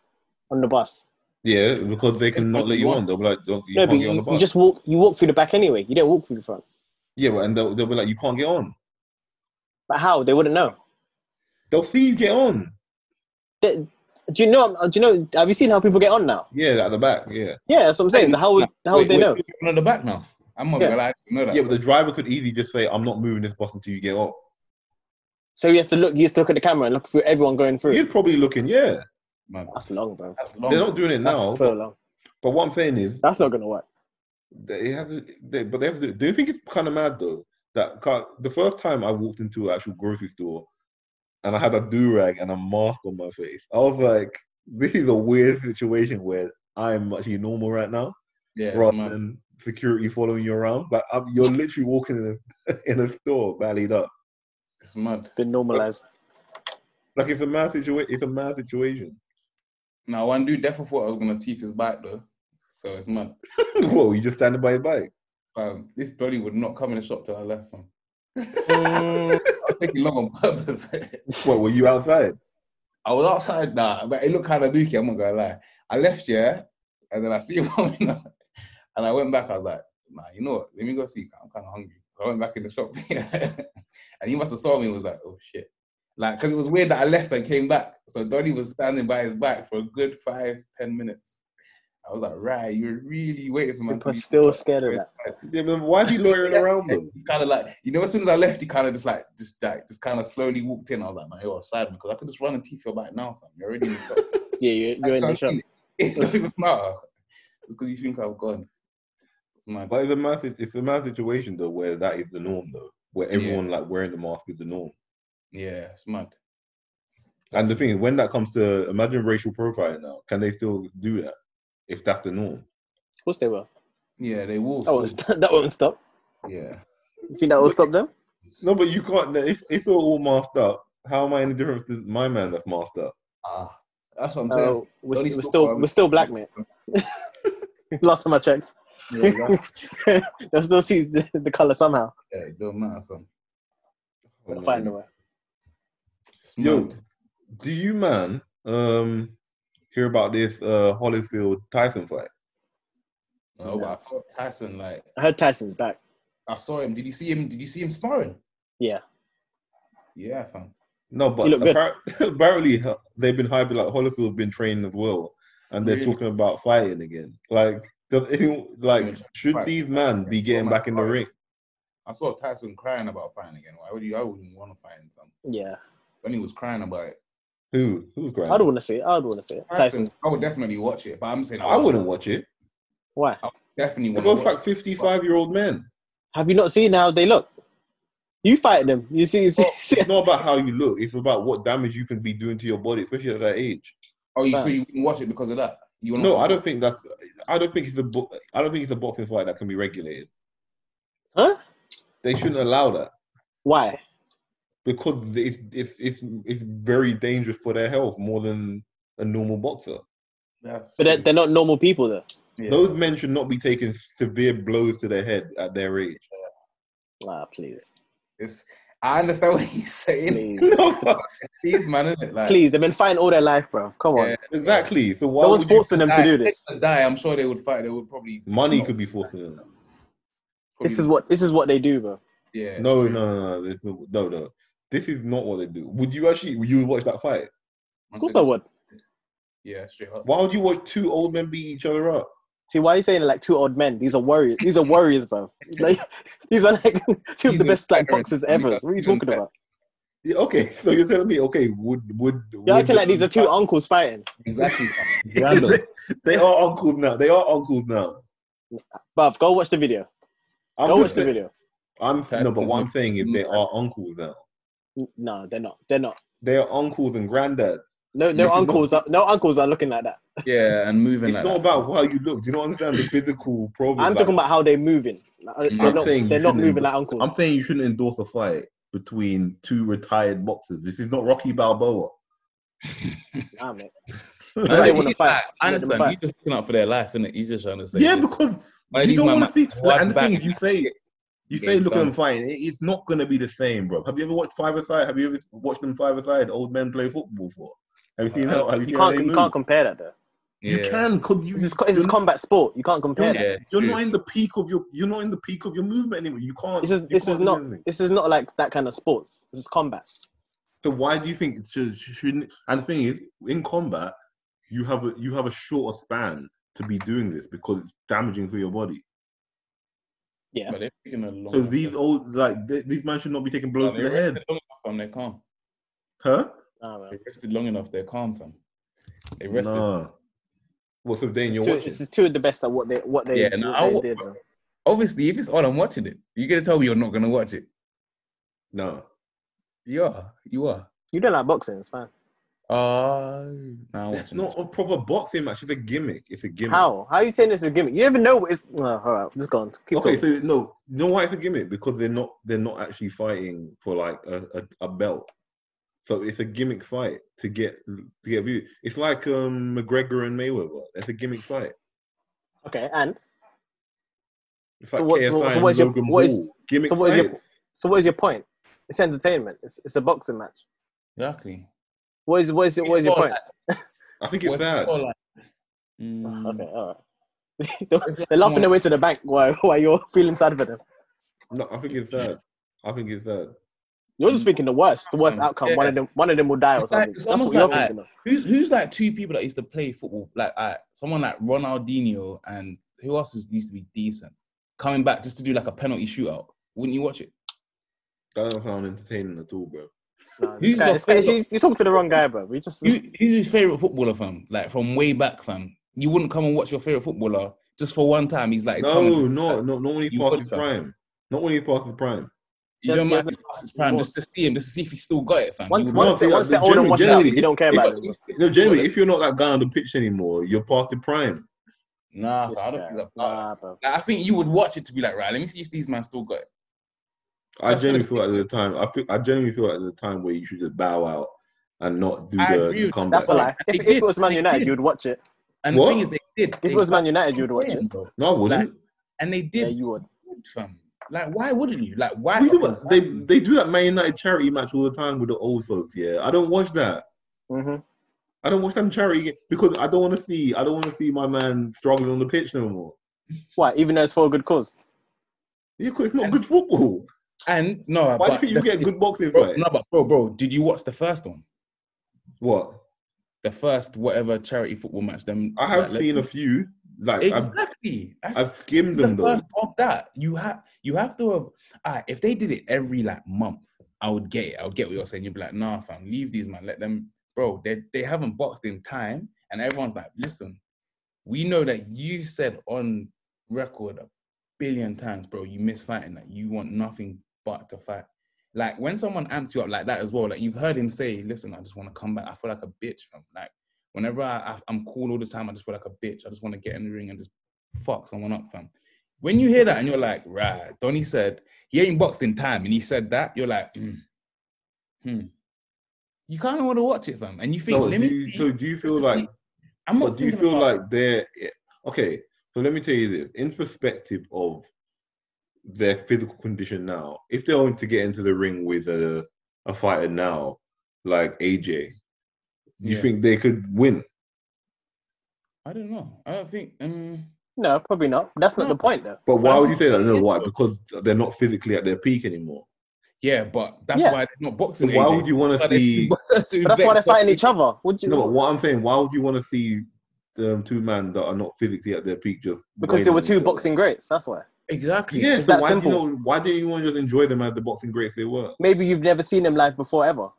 Speaker 2: on the bus?
Speaker 1: Yeah, because they can not let you
Speaker 3: want.
Speaker 1: on. They'll be like, don't, you
Speaker 2: no, but
Speaker 1: can't get
Speaker 2: you,
Speaker 1: on the
Speaker 2: you
Speaker 1: bus.
Speaker 2: just walk. You walk through the back anyway. You don't walk through the front.
Speaker 1: Yeah, but, and they'll, they'll be like, you can't get on.
Speaker 2: But how? They wouldn't know.
Speaker 1: They'll see you get on.
Speaker 2: They- do you know? Do you know? Have you seen how people get on now?
Speaker 1: Yeah, at the back. Yeah.
Speaker 2: Yeah, that's what I'm saying. So how would how would
Speaker 3: Wait,
Speaker 2: they
Speaker 3: wait,
Speaker 2: know?
Speaker 3: people on the back now. I'm not
Speaker 2: Yeah.
Speaker 3: gonna lie, I didn't know that.
Speaker 1: Yeah, but the driver could easily just say, I'm not moving this bus until you get on.
Speaker 2: So he has to look. He has to look at the camera and look through everyone going through.
Speaker 1: He's probably looking, yeah.
Speaker 3: Man,
Speaker 2: That's long, bro.
Speaker 3: that's
Speaker 1: They're
Speaker 3: long.
Speaker 1: not doing it
Speaker 2: That's
Speaker 1: now.
Speaker 2: so long.
Speaker 1: But what I'm saying is,
Speaker 2: That's not gonna work.
Speaker 1: they have, to- they, but they have to, do you think it's kind of mad though? That ca- the first time I walked into an actual grocery store and I had a do rag and a mask on my face, I was like, this is a weird situation where I'm actually normal right now.
Speaker 3: Yeah, it's
Speaker 1: rather
Speaker 3: mad.
Speaker 1: than security following you around. Like i you're literally walking in a in a store, ballied up.
Speaker 3: It's mad.
Speaker 2: Been normalized.
Speaker 1: Like it's a mad situation. It's a mad situation.
Speaker 3: Now one dude definitely thought I was gonna teeth his bike though. So it's mad.
Speaker 1: Whoa, you just standing by your bike.
Speaker 3: Um, this bloody would not come in the shop till I left him.
Speaker 2: Mm,
Speaker 3: I was taking long on purpose.
Speaker 1: What were you outside?
Speaker 3: I was outside now, but it looked kind of dookie, I'm not gonna lie. I left, yeah, and then I see him coming up, and I went back, I was like, nah, you know what, let me go see, I'm kind of hungry. So I went back in the shop, and he must have saw me and was like, oh shit. Like, because it was weird that I left and came back. So Donnie was standing by his bike for a good five, ten minutes. I was like, right, you're really waiting for my
Speaker 2: people are still scared of that.
Speaker 1: Yeah, but why is he loitering around them?
Speaker 3: kind of like, you know, as soon as I left, he kind of just like, just like, just kind of slowly walked in. I was like, man, you're outside because I could just run and teeth your back now, fam. You're already in the shop.
Speaker 2: Yeah, you're, you're in the shop.
Speaker 3: It doesn't even matter. It's because you think I've gone. It's mad.
Speaker 1: But it's a mad, si- it's a mad situation though, where that is the norm though, where
Speaker 3: Yeah.
Speaker 1: everyone like wearing the mask is the norm.
Speaker 3: Yeah, it's mad.
Speaker 1: And the thing is, when that comes to imagine racial profiling now, can they still do that if that's the norm?
Speaker 2: Of course they will.
Speaker 3: Yeah, they will.
Speaker 2: That won't,
Speaker 3: still-
Speaker 2: st- that won't stop.
Speaker 3: yeah.
Speaker 2: You think that will stop them?
Speaker 1: No, but you can't. If if you're all masked up, how am I any different to my man that's masked up?
Speaker 3: Ah, that's what I'm saying.
Speaker 2: No, Uh, we're,
Speaker 3: Only
Speaker 2: s- we're
Speaker 3: stop
Speaker 2: still
Speaker 3: them.
Speaker 2: we're still black, mate. Last time I checked,
Speaker 3: Yeah, that,
Speaker 2: they still sees the, the color somehow.
Speaker 3: yeah, it don't matter, fam.
Speaker 2: They'll find a way.
Speaker 3: It's
Speaker 1: Yo.
Speaker 3: mad.
Speaker 1: Do you man um hear about this uh Holyfield Tyson fight?
Speaker 3: Oh, but I saw Tyson like
Speaker 2: I heard Tyson's back.
Speaker 3: I saw him. Did you see him? Did you see him sparring?
Speaker 2: Yeah.
Speaker 3: Yeah, fam.
Speaker 1: No, but
Speaker 2: looked good.
Speaker 1: appar- apparently huh, they've been hyping like Holyfield's been training as well, and they're
Speaker 3: Really?
Speaker 1: talking about fighting again. Like, does anyone
Speaker 3: Yeah,
Speaker 1: like
Speaker 3: it's
Speaker 1: should
Speaker 3: fight.
Speaker 1: these man be
Speaker 3: Yeah,
Speaker 1: getting
Speaker 3: well,
Speaker 1: back in the
Speaker 3: fight.
Speaker 1: ring?
Speaker 3: I saw Tyson crying about fighting again. Why would you? I wouldn't want to fight him, fam.
Speaker 2: Yeah,
Speaker 3: When he was crying about it,
Speaker 1: Who who's
Speaker 2: I'd
Speaker 1: grinding?
Speaker 2: want to see it. I'd want to see it.
Speaker 3: Tyson,
Speaker 2: Tyson,
Speaker 3: I would definitely watch it. But I'm saying
Speaker 1: I wouldn't
Speaker 3: would
Speaker 1: watch it.
Speaker 2: why?
Speaker 3: definitely
Speaker 1: They're
Speaker 3: want
Speaker 1: both
Speaker 3: to
Speaker 1: like
Speaker 3: watch.
Speaker 1: fifty-five-year-old men.
Speaker 2: Have you not seen how they look? You fight them. You see, you see,
Speaker 3: Oh.
Speaker 2: see-
Speaker 1: It's not about how you look; it's about what damage you can be doing to your body, especially at that age.
Speaker 3: Oh, you
Speaker 2: Fam.
Speaker 3: so you wouldn't watch it because of that? You wanna
Speaker 1: No,
Speaker 3: watch
Speaker 1: I
Speaker 3: it?
Speaker 1: don't think that's. I don't think it's a. bo- I don't think it's a boxing fight that can be regulated.
Speaker 2: huh?
Speaker 1: They shouldn't allow that
Speaker 2: Why?
Speaker 1: because it's it's it's, it's very dangerous for their health more than a normal boxer.
Speaker 3: That's
Speaker 2: But they're, they're not normal people, though.
Speaker 3: yeah,
Speaker 1: Those
Speaker 3: that's-
Speaker 1: men should not be taking severe blows to their head at their age.
Speaker 2: Ah, please,
Speaker 3: It's, I understand what he's saying.
Speaker 2: please,
Speaker 1: No,
Speaker 3: These man, innit? Like,
Speaker 2: please. They've been fighting all their life, bro. Come on.
Speaker 3: Yeah.
Speaker 1: exactly. So why
Speaker 2: No one's
Speaker 1: would you-
Speaker 2: forcing them to do this.
Speaker 3: If they Die. I'm sure they would fight. They would probably.
Speaker 1: money could be forcing them?
Speaker 3: probably-
Speaker 2: This is what this is what they do, bro.
Speaker 3: Yeah. it's
Speaker 1: No,
Speaker 3: true.
Speaker 1: no, no, no, no, no, no. This is not what they do. Would you actually? Would you watch that fight?
Speaker 2: Of course I would.
Speaker 3: Yeah, straight up.
Speaker 1: Why would you watch two old men beat each other up?
Speaker 2: See, why are you saying like two old men? These are warriors. These are warriors, bro. Like these are like two of
Speaker 3: These
Speaker 2: the
Speaker 3: are
Speaker 2: best like
Speaker 3: veterans.
Speaker 2: boxers ever.
Speaker 3: These are-
Speaker 2: What are you
Speaker 3: these are
Speaker 2: talking about?
Speaker 1: Yeah, okay, so you're telling me, okay, would would
Speaker 2: You're
Speaker 1: would
Speaker 2: acting like these are two uncles fighting.
Speaker 3: Exactly. fam.
Speaker 1: Random. they are uncles now. They are uncles now.
Speaker 2: Bruv, go watch the video.
Speaker 1: I'm
Speaker 2: go
Speaker 1: just
Speaker 2: watch the
Speaker 1: saying-
Speaker 2: video.
Speaker 1: I'm no, but what I'm saying is they
Speaker 3: Mm.
Speaker 1: are uncles now.
Speaker 2: N- No, they're not. They're not.
Speaker 1: They are uncles and granddad.
Speaker 2: No, no
Speaker 1: You can
Speaker 2: uncles. Are, no uncles are looking like that.
Speaker 3: yeah, and moving
Speaker 1: It's
Speaker 3: like
Speaker 1: not
Speaker 3: that.
Speaker 1: about how you look. Do you not understand the physical problem?
Speaker 2: I'm
Speaker 1: Like,
Speaker 2: talking about how they're moving. Like, uh, They're
Speaker 3: I'm
Speaker 2: not.
Speaker 1: saying
Speaker 2: They're
Speaker 1: you
Speaker 2: not
Speaker 1: shouldn't
Speaker 2: moving
Speaker 1: do-
Speaker 2: like uncles.
Speaker 1: I'm saying you shouldn't endorse a fight between two retired boxers. This is not Rocky Balboa.
Speaker 2: Nah, mate.
Speaker 3: I
Speaker 2: They
Speaker 3: like,
Speaker 2: wanna
Speaker 3: you-
Speaker 2: fight.
Speaker 3: I
Speaker 2: Let them
Speaker 3: understand.
Speaker 2: fight.
Speaker 3: You're just looking out for their life, innit? You're just trying to say.
Speaker 1: yeah,
Speaker 3: this.
Speaker 1: because
Speaker 3: Why
Speaker 1: you
Speaker 3: these
Speaker 1: don't
Speaker 3: man
Speaker 1: want to
Speaker 3: might
Speaker 1: see.
Speaker 3: be
Speaker 1: Like, and the
Speaker 3: back
Speaker 1: thing is, you say you say
Speaker 3: Game
Speaker 1: look at them
Speaker 3: done.
Speaker 1: fighting. It, it's not going to be the same, bro. Have you ever watched five aside? Have you ever watched them five aside? Old men play football for. Have you seen how? Have you,
Speaker 2: You
Speaker 1: seen how
Speaker 2: can't.
Speaker 1: they
Speaker 2: You
Speaker 1: move?
Speaker 2: can't compare that though.
Speaker 1: You
Speaker 3: Yeah.
Speaker 1: can, cause you.
Speaker 2: This is, co- this is
Speaker 1: you're-
Speaker 2: combat sport. You can't compare that.
Speaker 3: Yeah,
Speaker 1: You're
Speaker 3: true.
Speaker 1: not in the peak of your. You're not in the peak of your movement anymore. You can't.
Speaker 2: This is
Speaker 1: you
Speaker 2: this
Speaker 1: can't
Speaker 2: is
Speaker 1: do
Speaker 2: not
Speaker 1: anything.
Speaker 2: this is not like that kind of sports. This is combat.
Speaker 1: So why do you think it should, shouldn't? And the thing is, in combat, you have a you have a shorter span to be doing this because it's damaging for your body.
Speaker 2: Yeah.
Speaker 3: But they're taking a long.
Speaker 1: So these old like th- these men should not be taking
Speaker 3: Nah,
Speaker 1: blows
Speaker 3: they
Speaker 1: to the
Speaker 3: rested
Speaker 1: head,
Speaker 3: long enough, fam. They're calm.
Speaker 1: huh?
Speaker 2: Nah, man.
Speaker 3: They rested long enough. They're calm, fam. They rested.
Speaker 1: No. What's up, Dane?
Speaker 2: This
Speaker 1: You're
Speaker 2: is, two, this
Speaker 1: watching.
Speaker 2: is two of the best at what they what they,
Speaker 3: Yeah, no,
Speaker 2: what
Speaker 3: I
Speaker 2: they
Speaker 3: wa-
Speaker 2: did. Bro.
Speaker 3: Obviously, if it's on, I'm watching it. You're gonna tell me you're not gonna watch it.
Speaker 1: No.
Speaker 3: You are. You are.
Speaker 2: You don't like boxing, it's fine.
Speaker 3: Uh, now
Speaker 1: That's not a proper boxing match. It's a gimmick. It's a gimmick.
Speaker 2: How? How are you saying this is a gimmick? You even know what it's. Oh, all right, just go on. Keep
Speaker 1: Okay,
Speaker 2: talking.
Speaker 1: so no, you know why it's a gimmick? Because they're not they're not actually fighting for like a, a, a belt. So it's a gimmick fight to get to get view. It's like um McGregor and Mayweather. That's a gimmick fight.
Speaker 2: okay, and
Speaker 1: It's like
Speaker 2: So what's-
Speaker 1: KSI
Speaker 2: so
Speaker 1: and
Speaker 2: what's your-
Speaker 1: Logan
Speaker 2: what is-
Speaker 1: Paul. Gimmick
Speaker 2: so what is your-
Speaker 1: fights.
Speaker 2: so what is your point? It's entertainment. It's, it's a boxing match.
Speaker 3: exactly.
Speaker 2: What is what is what is your point?
Speaker 1: I think it's sad.
Speaker 2: Okay, all right. They're- They're laughing their way to the bank while, while you're feeling sad for them.
Speaker 1: No, I think it's sad. I think it's sad.
Speaker 2: You're just thinking the worst, the worst
Speaker 3: Mm. Yeah.
Speaker 2: outcome. One of them, one of them will die or
Speaker 3: It's like-
Speaker 2: something.
Speaker 3: it's
Speaker 2: That's
Speaker 3: almost
Speaker 2: what you're
Speaker 3: like-
Speaker 2: thinking. Of.
Speaker 3: Who's who's like two people that used to play football? Like uh, someone like Ronaldinho and who else is, used to be decent coming back just to do like a penalty shootout. Wouldn't you watch it?
Speaker 1: That doesn't sound entertaining at all, bro.
Speaker 2: No,
Speaker 3: Who's
Speaker 2: this guy-
Speaker 3: your
Speaker 2: this guy-
Speaker 3: favourite-
Speaker 2: you, you talking to the wrong guy, bro. We just
Speaker 3: Who, who's your favorite footballer, fam? Like from way back, fam. You wouldn't come and watch your favorite footballer just for one time. He's like, it's coming
Speaker 1: No, no,
Speaker 3: to-
Speaker 1: no, not when he
Speaker 3: You
Speaker 1: passed
Speaker 3: would,
Speaker 1: his
Speaker 3: fam.
Speaker 1: prime. Not when he passed his prime.
Speaker 3: You
Speaker 2: Yes,
Speaker 3: don't
Speaker 2: he
Speaker 3: mind
Speaker 2: hasn't-
Speaker 3: past his prime just to see him, just to see if he still got it, fam.
Speaker 2: once
Speaker 3: You
Speaker 1: wanna
Speaker 2: once they
Speaker 1: feel
Speaker 2: once
Speaker 1: like
Speaker 2: they're old and
Speaker 1: the
Speaker 2: washed up,
Speaker 1: generally-
Speaker 2: you don't care about them.
Speaker 3: wouldn't- you
Speaker 2: bro.
Speaker 3: wouldn't-
Speaker 1: No, generally, if you're not that guy on the pitch anymore, you're past the prime.
Speaker 3: nah, fam, I don't
Speaker 2: This
Speaker 3: think
Speaker 2: guy.
Speaker 3: that.
Speaker 2: Nah, bro.
Speaker 3: Like, I think you would watch it to be like, right, let me see if these man still got it.
Speaker 1: I
Speaker 3: That's
Speaker 1: generally
Speaker 3: what
Speaker 1: feel like there's a time. I feel. I generally feel like there's a time where you should just bow out and not do
Speaker 3: I
Speaker 1: the,
Speaker 3: agree
Speaker 1: the
Speaker 3: with-
Speaker 1: comeback.
Speaker 2: That's a lie.
Speaker 3: They
Speaker 2: If, if
Speaker 3: did.
Speaker 2: it was Man
Speaker 3: They
Speaker 2: United,
Speaker 3: did.
Speaker 2: you'd watch it.
Speaker 3: And
Speaker 1: What?
Speaker 3: the thing is, they did.
Speaker 2: If it was Man United, you'd watch it.
Speaker 1: No, I wouldn't.
Speaker 3: And they did,
Speaker 2: Yeah, you would.
Speaker 3: fam. Like, why wouldn't you? Like, why?
Speaker 1: What you doing? They they do that Man United charity match all the time with the old folks. Yeah, I don't watch that.
Speaker 2: hmm
Speaker 1: I don't watch them charity ga- because I don't want to see. I don't want to see my man struggling on the pitch no more.
Speaker 2: Why? Even though it's for a good cause.
Speaker 1: Yeah, 'cause it's not
Speaker 3: And-
Speaker 1: good football.
Speaker 3: And no,
Speaker 1: Why do
Speaker 3: Uh, but
Speaker 1: you think you get good boxing
Speaker 3: Bro,
Speaker 1: fight?
Speaker 3: no, but bro, bro, did you watch the first one?
Speaker 1: What?
Speaker 3: The first whatever charity football match? Them
Speaker 1: I have
Speaker 3: like, let-
Speaker 1: seen a few. Like I've,
Speaker 3: Exactly. That's,
Speaker 1: I've skimmed
Speaker 3: that's
Speaker 1: them
Speaker 3: the
Speaker 1: though.
Speaker 3: first of that. You have you have to have. ah, if they did it every like month, I would get it. I would get what you're saying. You'd be like, nah, fam, leave these man. Let them, bro. They they haven't boxed in time, and everyone's like, listen, we know that you said on record a billion times, bro, you miss fighting. That you want nothing but to fight. Like when someone amps you up like that as well, like you've heard him say, "Listen, I just want to come back. I feel like a bitch, fam. Like whenever I, I I'm cool all the time, I just feel like a bitch. I just want to get in the ring and just fuck someone up, fam. When you hear that and you're like, right, Donnie said he ain't boxed in time, and he said that, you're like, hmm, hmm. you kind of want to watch it, fam, and you think,
Speaker 1: No,
Speaker 3: let
Speaker 1: do
Speaker 3: me
Speaker 1: you,
Speaker 3: see-
Speaker 1: so do you feel
Speaker 3: just
Speaker 1: like
Speaker 3: see- I'm
Speaker 1: But do you
Speaker 3: thinking
Speaker 1: feel
Speaker 3: about-
Speaker 1: like they're okay? So let me tell you this: in perspective of their physical condition now, if they were to get into the ring with a a fighter now, like AJ, you
Speaker 3: Yeah.
Speaker 1: think they could win?
Speaker 3: I don't know. I don't think. Um,
Speaker 2: No, probably not. That's not
Speaker 3: No.
Speaker 2: the point, though.
Speaker 1: But why
Speaker 3: That's-
Speaker 1: would you say that? No, why? Because they're not physically at their peak anymore.
Speaker 3: yeah, but that's
Speaker 2: Yeah.
Speaker 3: why they're not
Speaker 1: So
Speaker 3: boxing.
Speaker 1: why would you want to see?
Speaker 2: But that's why they're fighting each other. Would you?
Speaker 1: No, but what I'm saying, why would you want to see um, two men that are not physically at their peak just
Speaker 2: because they
Speaker 1: wailing
Speaker 2: were two
Speaker 1: themselves?
Speaker 2: boxing greats. That's why.
Speaker 3: Exactly.
Speaker 1: Yeah,
Speaker 2: It's
Speaker 1: so
Speaker 2: that
Speaker 1: why do you
Speaker 2: simple.
Speaker 1: know, why didn't you want to just enjoy them as the boxing greats they were?
Speaker 2: Maybe you've never seen them live before ever.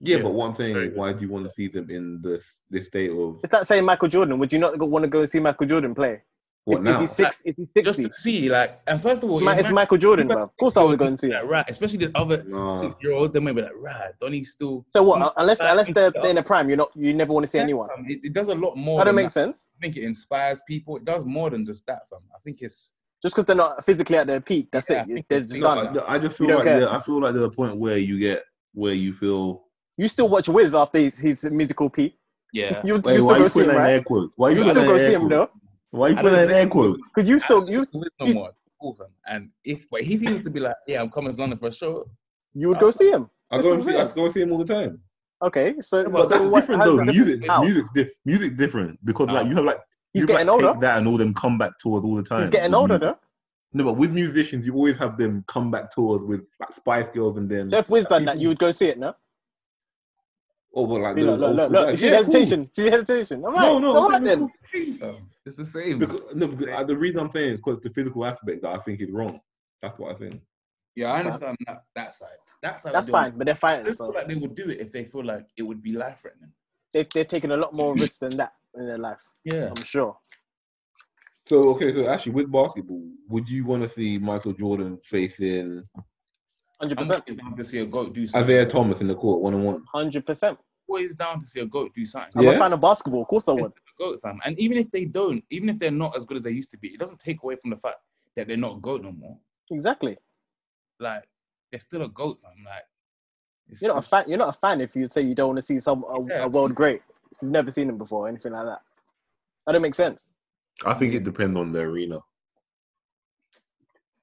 Speaker 1: Yeah,
Speaker 3: Yeah,
Speaker 1: but what I'm saying
Speaker 3: very
Speaker 1: is,
Speaker 3: good.
Speaker 1: why do you want to see them in this this state of
Speaker 2: It's that same Michael Jordan. Would you not want to go and see Michael Jordan play?
Speaker 1: what
Speaker 2: if,
Speaker 1: now?
Speaker 2: If he's, six, if he's
Speaker 3: Just
Speaker 2: 60.
Speaker 3: to see, like, and first of all,
Speaker 2: Ma-
Speaker 3: it
Speaker 2: it's
Speaker 3: might-
Speaker 2: Michael Jordan, bro. Of course I would go and see it. Ah.
Speaker 3: Like, right, especially the other
Speaker 1: Nah.
Speaker 3: six-year-old, they might be like, right, Donnie's still.
Speaker 2: So what? Unless
Speaker 3: Like,
Speaker 2: unless they're,
Speaker 3: yeah.
Speaker 2: they're in a prime, you're not. You never want to see
Speaker 3: Yeah,
Speaker 2: anyone.
Speaker 3: fam, It, it does a lot more.
Speaker 2: That don't
Speaker 3: than
Speaker 2: make
Speaker 3: that.
Speaker 2: sense.
Speaker 3: I think it inspires people. It does more than just that, fam. I think it's
Speaker 2: Just because they're not physically at their peak, that's
Speaker 3: Yeah, I
Speaker 2: it.
Speaker 3: think
Speaker 2: They're
Speaker 3: it's-
Speaker 2: just
Speaker 1: No,
Speaker 2: done.
Speaker 1: I, I just
Speaker 2: You
Speaker 1: feel like
Speaker 2: don't care.
Speaker 1: there, I feel like there's a point where you get where you feel.
Speaker 2: You still watch Wiz after his, his musical peak.
Speaker 3: yeah.
Speaker 2: You, you
Speaker 1: Wait,
Speaker 2: still
Speaker 1: why
Speaker 2: go
Speaker 1: you
Speaker 2: see
Speaker 1: putting
Speaker 2: him,
Speaker 1: that in
Speaker 2: right?
Speaker 1: air quotes? Why you
Speaker 2: You
Speaker 1: putting
Speaker 2: still
Speaker 1: that
Speaker 2: go
Speaker 1: in
Speaker 2: see
Speaker 1: air
Speaker 2: him
Speaker 1: quotes?
Speaker 2: though,
Speaker 1: Why you
Speaker 3: I
Speaker 1: putting that in
Speaker 3: don't-
Speaker 1: air quotes?
Speaker 2: because you still you
Speaker 3: With no
Speaker 2: he's-
Speaker 3: more. Cool, fam. And if but if he was to be like, yeah, I'm coming to London for a show,
Speaker 2: you would go see him.
Speaker 1: I
Speaker 2: That's
Speaker 1: go
Speaker 2: what
Speaker 1: and
Speaker 2: I'm
Speaker 1: see, I
Speaker 2: saying.
Speaker 1: go see him all the time.
Speaker 2: Okay, so,
Speaker 1: Yeah,
Speaker 2: so
Speaker 1: but that's
Speaker 2: what-
Speaker 1: different
Speaker 2: how's
Speaker 1: though.
Speaker 2: that
Speaker 1: Music,
Speaker 2: How?
Speaker 1: music, di- music, different because like
Speaker 3: How?
Speaker 1: you have like you
Speaker 2: He's
Speaker 1: have,
Speaker 2: getting
Speaker 1: like, Take
Speaker 2: older.
Speaker 1: that and all them comeback tours all the time.
Speaker 2: He's getting
Speaker 1: with
Speaker 2: older
Speaker 1: music.
Speaker 2: though.
Speaker 1: No, but with musicians, you always have them comeback tours with like Spice Girls and them.
Speaker 2: So if Wiz done that,
Speaker 1: people-
Speaker 2: you would go see it, no?
Speaker 1: Oh, but like
Speaker 2: See,
Speaker 1: the
Speaker 2: look, look,
Speaker 1: old
Speaker 2: look,
Speaker 1: school
Speaker 2: look.
Speaker 1: guys.
Speaker 2: You see the
Speaker 1: Yeah, cool.
Speaker 2: hesitation. See the hesitation. All right.
Speaker 1: No, no,
Speaker 2: All
Speaker 1: I'm
Speaker 2: right
Speaker 1: saying
Speaker 2: then.
Speaker 1: it's
Speaker 3: fam, it's the same.
Speaker 1: cool. Because, no, because, uh, the reason I'm saying is because the physical aspect that I think is wrong. That's what I think.
Speaker 3: yeah, I
Speaker 2: That's
Speaker 3: understand that, that side. That side. I
Speaker 2: That's
Speaker 3: don't-
Speaker 2: fine, but they're
Speaker 3: I
Speaker 2: fighting,
Speaker 3: just
Speaker 2: so
Speaker 3: feel like they would do it if they feel like it would be life threatening.
Speaker 2: they've they've taken a lot more risks than that in their life.
Speaker 3: Yeah.
Speaker 2: I'm sure.
Speaker 1: So okay, so actually, with basketball, would you want to see Michael Jordan facing
Speaker 2: Hundred
Speaker 3: I'm
Speaker 2: percent.
Speaker 3: always down to see a goat do something.
Speaker 1: Isaiah Thomas in the court one on one?
Speaker 2: Hundred percent.
Speaker 3: always down to see a goat do something.
Speaker 2: I'm
Speaker 1: Yeah?
Speaker 2: a fan of basketball. Of course I would.
Speaker 3: goat, fam. And even if they don't, even if they're not as good as they used to be, it doesn't take away from the fact that they're not goat no more.
Speaker 2: Exactly.
Speaker 3: Like they're still a goat, fam. Like it's,
Speaker 2: You're not a fan. You're not a fan if you say you don't want to see some a,
Speaker 3: Yeah.
Speaker 2: a world great. You've never seen him before, or anything like that. That don't make sense.
Speaker 1: I think it depends on the arena.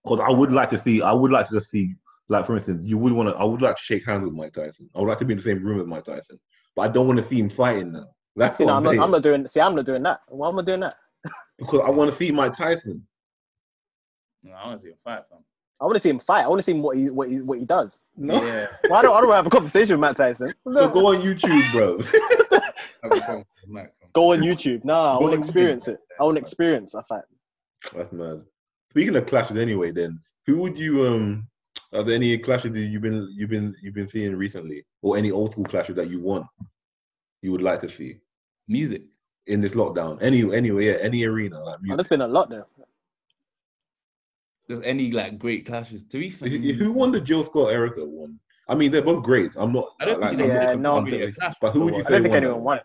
Speaker 1: Because I would like to see, I would like to just see, like for instance, you would want to, I would like to shake hands with Mike Tyson. I would like to be in the same room with Mike Tyson, but I don't want to see him fighting now. That's
Speaker 2: You
Speaker 1: what
Speaker 2: know,
Speaker 1: I'm,
Speaker 2: I'm not,
Speaker 1: saying.
Speaker 2: I'm not doing. See, I'm not doing that. Why am I doing that?
Speaker 1: because I want to see Mike Tyson.
Speaker 3: No, I want to see a fight, fam.
Speaker 2: I want to see him fight. I want to see him what he what he what he does.
Speaker 1: No,
Speaker 3: Yeah.
Speaker 2: Why don't I don't wanna have a conversation with Matt Tyson?
Speaker 1: so go on YouTube, bro.
Speaker 3: Have a problem with Mike, fam.
Speaker 2: Go on YouTube. Nah, I
Speaker 1: Go
Speaker 2: want to
Speaker 1: on YouTube.
Speaker 2: experience it. I want to experience a fight.
Speaker 1: That's mad. Speaking of clashes, anyway, then who would you um Are there any clashes that you've been you've been you've been seeing recently, or any old school clashes that you want, you would like to see
Speaker 3: Music.
Speaker 1: in this lockdown? Any anyway, yeah, any arena like
Speaker 2: Oh,
Speaker 1: music.
Speaker 2: there's been a lot though.
Speaker 3: There's any like great clashes? To be fair, mm,
Speaker 1: Who who won the Jill Scott Erica one? I mean, they're both great. I'm not.
Speaker 3: I don't
Speaker 1: like,
Speaker 3: think
Speaker 1: I'm
Speaker 3: they-
Speaker 1: not
Speaker 2: Yeah, no,
Speaker 1: comparing
Speaker 3: really a
Speaker 1: it.
Speaker 3: clash
Speaker 1: But who
Speaker 3: for
Speaker 1: would
Speaker 3: a
Speaker 1: you
Speaker 3: while.
Speaker 2: I don't think
Speaker 1: won that
Speaker 2: anyone
Speaker 1: one?
Speaker 2: won it.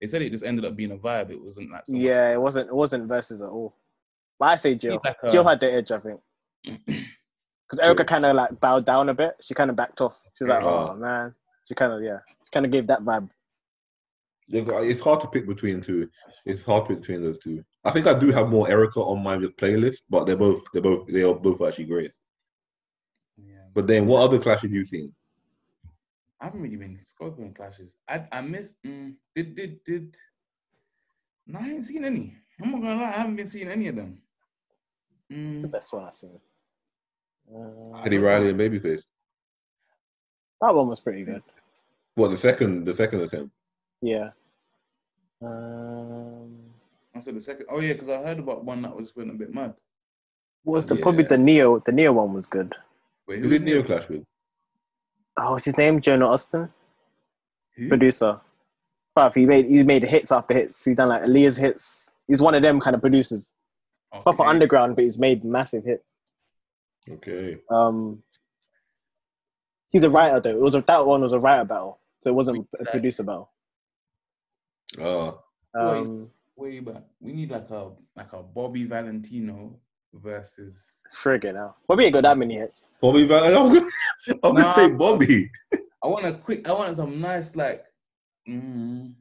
Speaker 3: They said it just ended up being a vibe. It wasn't like someone-
Speaker 2: Yeah, it wasn't. It wasn't versus at all. But I say Jill.
Speaker 3: It's like a-
Speaker 2: Jill had the edge, I think. Because Erica
Speaker 1: Yeah.
Speaker 2: kind of like bowed down a bit. She kind of backed off. She was like,
Speaker 1: Yeah.
Speaker 2: "Oh man." She kind of yeah. She kind of gave that vibe.
Speaker 1: Yeah, It's hard to pick between two. It's hard to pick between those two. I think I do have more Erica on my playlist, but they're both they're both they are both actually great.
Speaker 3: Yeah.
Speaker 1: But then, what other clashes you seen?
Speaker 3: I haven't really been Scorpion clashes. I I missed. Mm, did did did. No, I ain't seen any. I'm not gonna lie. I haven't been seeing any of them.
Speaker 2: It's the
Speaker 3: Mm,
Speaker 2: best one I've seen. Uh,
Speaker 1: Teddy Riley and Babyface.
Speaker 2: that one was pretty good.
Speaker 1: What the second the second attempt?
Speaker 2: Yeah. Um,
Speaker 3: I said the second. Oh yeah, because I heard about one that was going a bit mad.
Speaker 2: was the probably
Speaker 1: Yeah.
Speaker 2: the Neo? The Neo one was good.
Speaker 3: Wait,
Speaker 1: Who
Speaker 3: was
Speaker 1: did Neo
Speaker 3: it?
Speaker 1: clash with?
Speaker 2: Oh, what's his name? Jonah Austin,
Speaker 3: Who?
Speaker 2: producer. But he made he made hits after hits. He done like Aaliyah's hits. He's one of them kind of producers. Proper
Speaker 3: Okay.
Speaker 2: underground, but he's made massive hits.
Speaker 1: Okay,
Speaker 2: Um, he's a writer though. It was a, that one was a writer battle, so it wasn't a producer battle.
Speaker 1: uh,
Speaker 3: Wait.
Speaker 2: Um,
Speaker 3: Way back. We need like a like a Bobby Valentino versus.
Speaker 2: friggin' hell. Bobby ain't got that many hits.
Speaker 1: Bobby Val. I was gonna, I was gonna
Speaker 3: Nah.
Speaker 1: say Bobby.
Speaker 3: I want a quick. I want some nice like. Mm,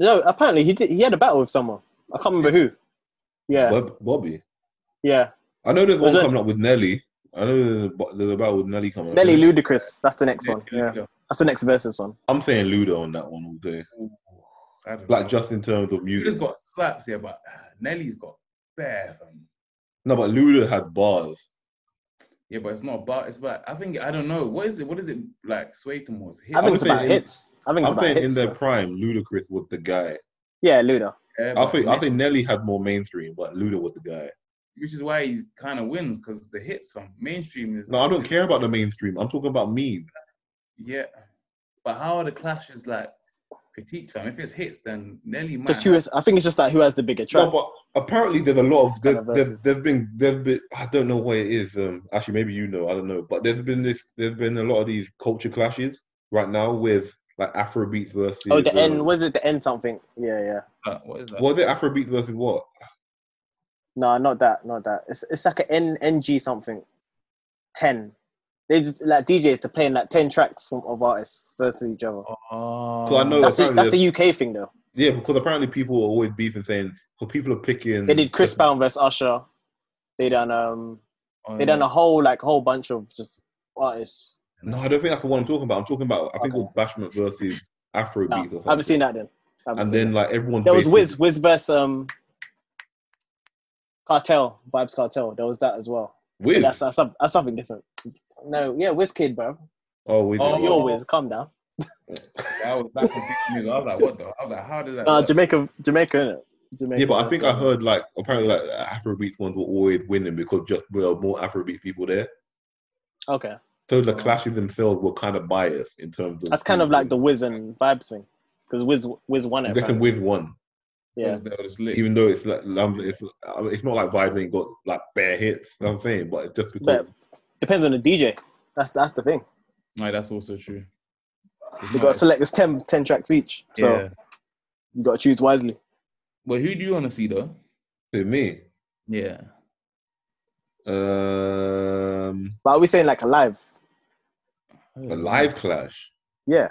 Speaker 2: No, apparently he did. He had a battle with someone. I can't remember who. Yeah,
Speaker 1: Bob, Bobby.
Speaker 2: yeah.
Speaker 1: I know there's
Speaker 2: Was
Speaker 1: one
Speaker 2: it-
Speaker 1: coming up with Nelly. I know there's a, there's a battle with Nelly coming up.
Speaker 2: Nelly Ludacris. That's the next one. Yeah,
Speaker 3: I
Speaker 2: that's the next versus one.
Speaker 1: I'm saying Luda on that one all day.
Speaker 3: don't know.
Speaker 1: Like just in terms of music.
Speaker 3: Luda's got slaps here, but ah, Nelly's got bare fam.
Speaker 1: No, but Luda had bars.
Speaker 3: Yeah, but it's not about. It's like I think I don't know what is it. What is it like? Sway towards hit.
Speaker 2: I think
Speaker 1: would
Speaker 2: it's
Speaker 1: say
Speaker 2: about
Speaker 1: in-
Speaker 2: hits. I think it's
Speaker 1: I'm
Speaker 2: about
Speaker 1: saying
Speaker 2: hits.
Speaker 1: in their prime, Ludacris was the guy.
Speaker 2: Yeah, Luda.
Speaker 3: Yeah,
Speaker 1: I
Speaker 3: but
Speaker 1: think I
Speaker 3: Nelly-
Speaker 1: think Nelly had more mainstream, but Luda was the guy.
Speaker 3: which is why he kind of wins because the hits from mainstream is.
Speaker 1: No, I don't
Speaker 3: is-
Speaker 1: care about the mainstream. I'm talking about me.
Speaker 3: Yeah, but how are the clashes like critiqued fam? If it's hits, then Nelly might.
Speaker 2: Just who is? I think it's just like who has the bigger track.
Speaker 1: No, but apparently there's a lot of there,
Speaker 2: Kind of
Speaker 1: there's,
Speaker 2: verses.
Speaker 1: there's been there's been I don't know what it is. Um, actually, maybe you know. I don't know. But there's been this there's been a lot of these culture clashes right now with like Afrobeats versus.
Speaker 2: oh, the
Speaker 1: um,
Speaker 2: N. Was it the N something? Yeah, yeah.
Speaker 3: uh, what is that?
Speaker 1: Was it Afrobeats versus what?
Speaker 2: No, not that. Not that. It's it's like an N NG something. Ten. They just like DJs to playing like ten tracks from of artists versus each other.
Speaker 3: Oh,
Speaker 1: I know-
Speaker 2: that's a,
Speaker 1: apparently
Speaker 2: that's a UK thing though.
Speaker 1: Yeah, because apparently people are always beefing saying, "Well, people are picking."
Speaker 2: They did Chris Brown versus Usher. They done um
Speaker 3: Oh,
Speaker 2: they
Speaker 1: Mm.
Speaker 2: done a whole like whole bunch of just artists.
Speaker 1: No, I don't think that's the one I'm talking about. I'm talking about I think
Speaker 2: Okay.
Speaker 1: it was Bashment versus Afrobeat.
Speaker 2: No,
Speaker 1: or
Speaker 2: I
Speaker 1: something.
Speaker 2: haven't seen that then. I haven't
Speaker 1: And
Speaker 2: seen
Speaker 1: then
Speaker 2: that.
Speaker 1: like everyone.
Speaker 2: there was Wiz Wiz versus um Cartel Vibes Cartel. There was that as well. But
Speaker 1: Wiz.
Speaker 2: That's that's, some- that's something different. No, yeah, Wiz Kid, bro.
Speaker 1: Oh, Wiz.
Speaker 3: Oh,
Speaker 1: yeah.
Speaker 2: You're Wiz. Calm down.
Speaker 3: I was back and forth, nigga. I was like, what the? I was like, how does that?
Speaker 2: Uh,
Speaker 3: work?
Speaker 2: Jamaica, Jamaica, innit? Jamaica.
Speaker 1: Yeah, but I think I
Speaker 2: that's, um,
Speaker 1: heard like apparently like the Afrobeat ones were always winning because just well more Afrobeat people there.
Speaker 2: Okay,
Speaker 1: So the
Speaker 3: Oh.
Speaker 1: clashes themselves were kind of biased in terms of.
Speaker 2: that's kind of
Speaker 1: who
Speaker 2: like the
Speaker 1: won.
Speaker 2: Wiz and Vibes thing, because Wiz Wiz won
Speaker 1: I'm
Speaker 2: it.
Speaker 1: guessing
Speaker 2: apparently.
Speaker 1: Wiz won,
Speaker 2: Yeah,
Speaker 3: That was lit.
Speaker 1: even though it's like um, it's um, it's not like Vibes ain't got like bare hits. you know what I'm saying, but it's just because
Speaker 2: but depends on the DJ. That's that's the thing.
Speaker 3: No, that's also true. It's
Speaker 2: You
Speaker 3: not-
Speaker 2: got to select this 10, 10 tracks each, so
Speaker 3: yeah.
Speaker 2: you got to choose wisely.
Speaker 3: But who do you want to see though?
Speaker 1: to me,
Speaker 3: Yeah.
Speaker 1: um,
Speaker 2: But are we saying like a live?
Speaker 1: a
Speaker 3: Hmm.
Speaker 1: live clash.
Speaker 2: Yeah,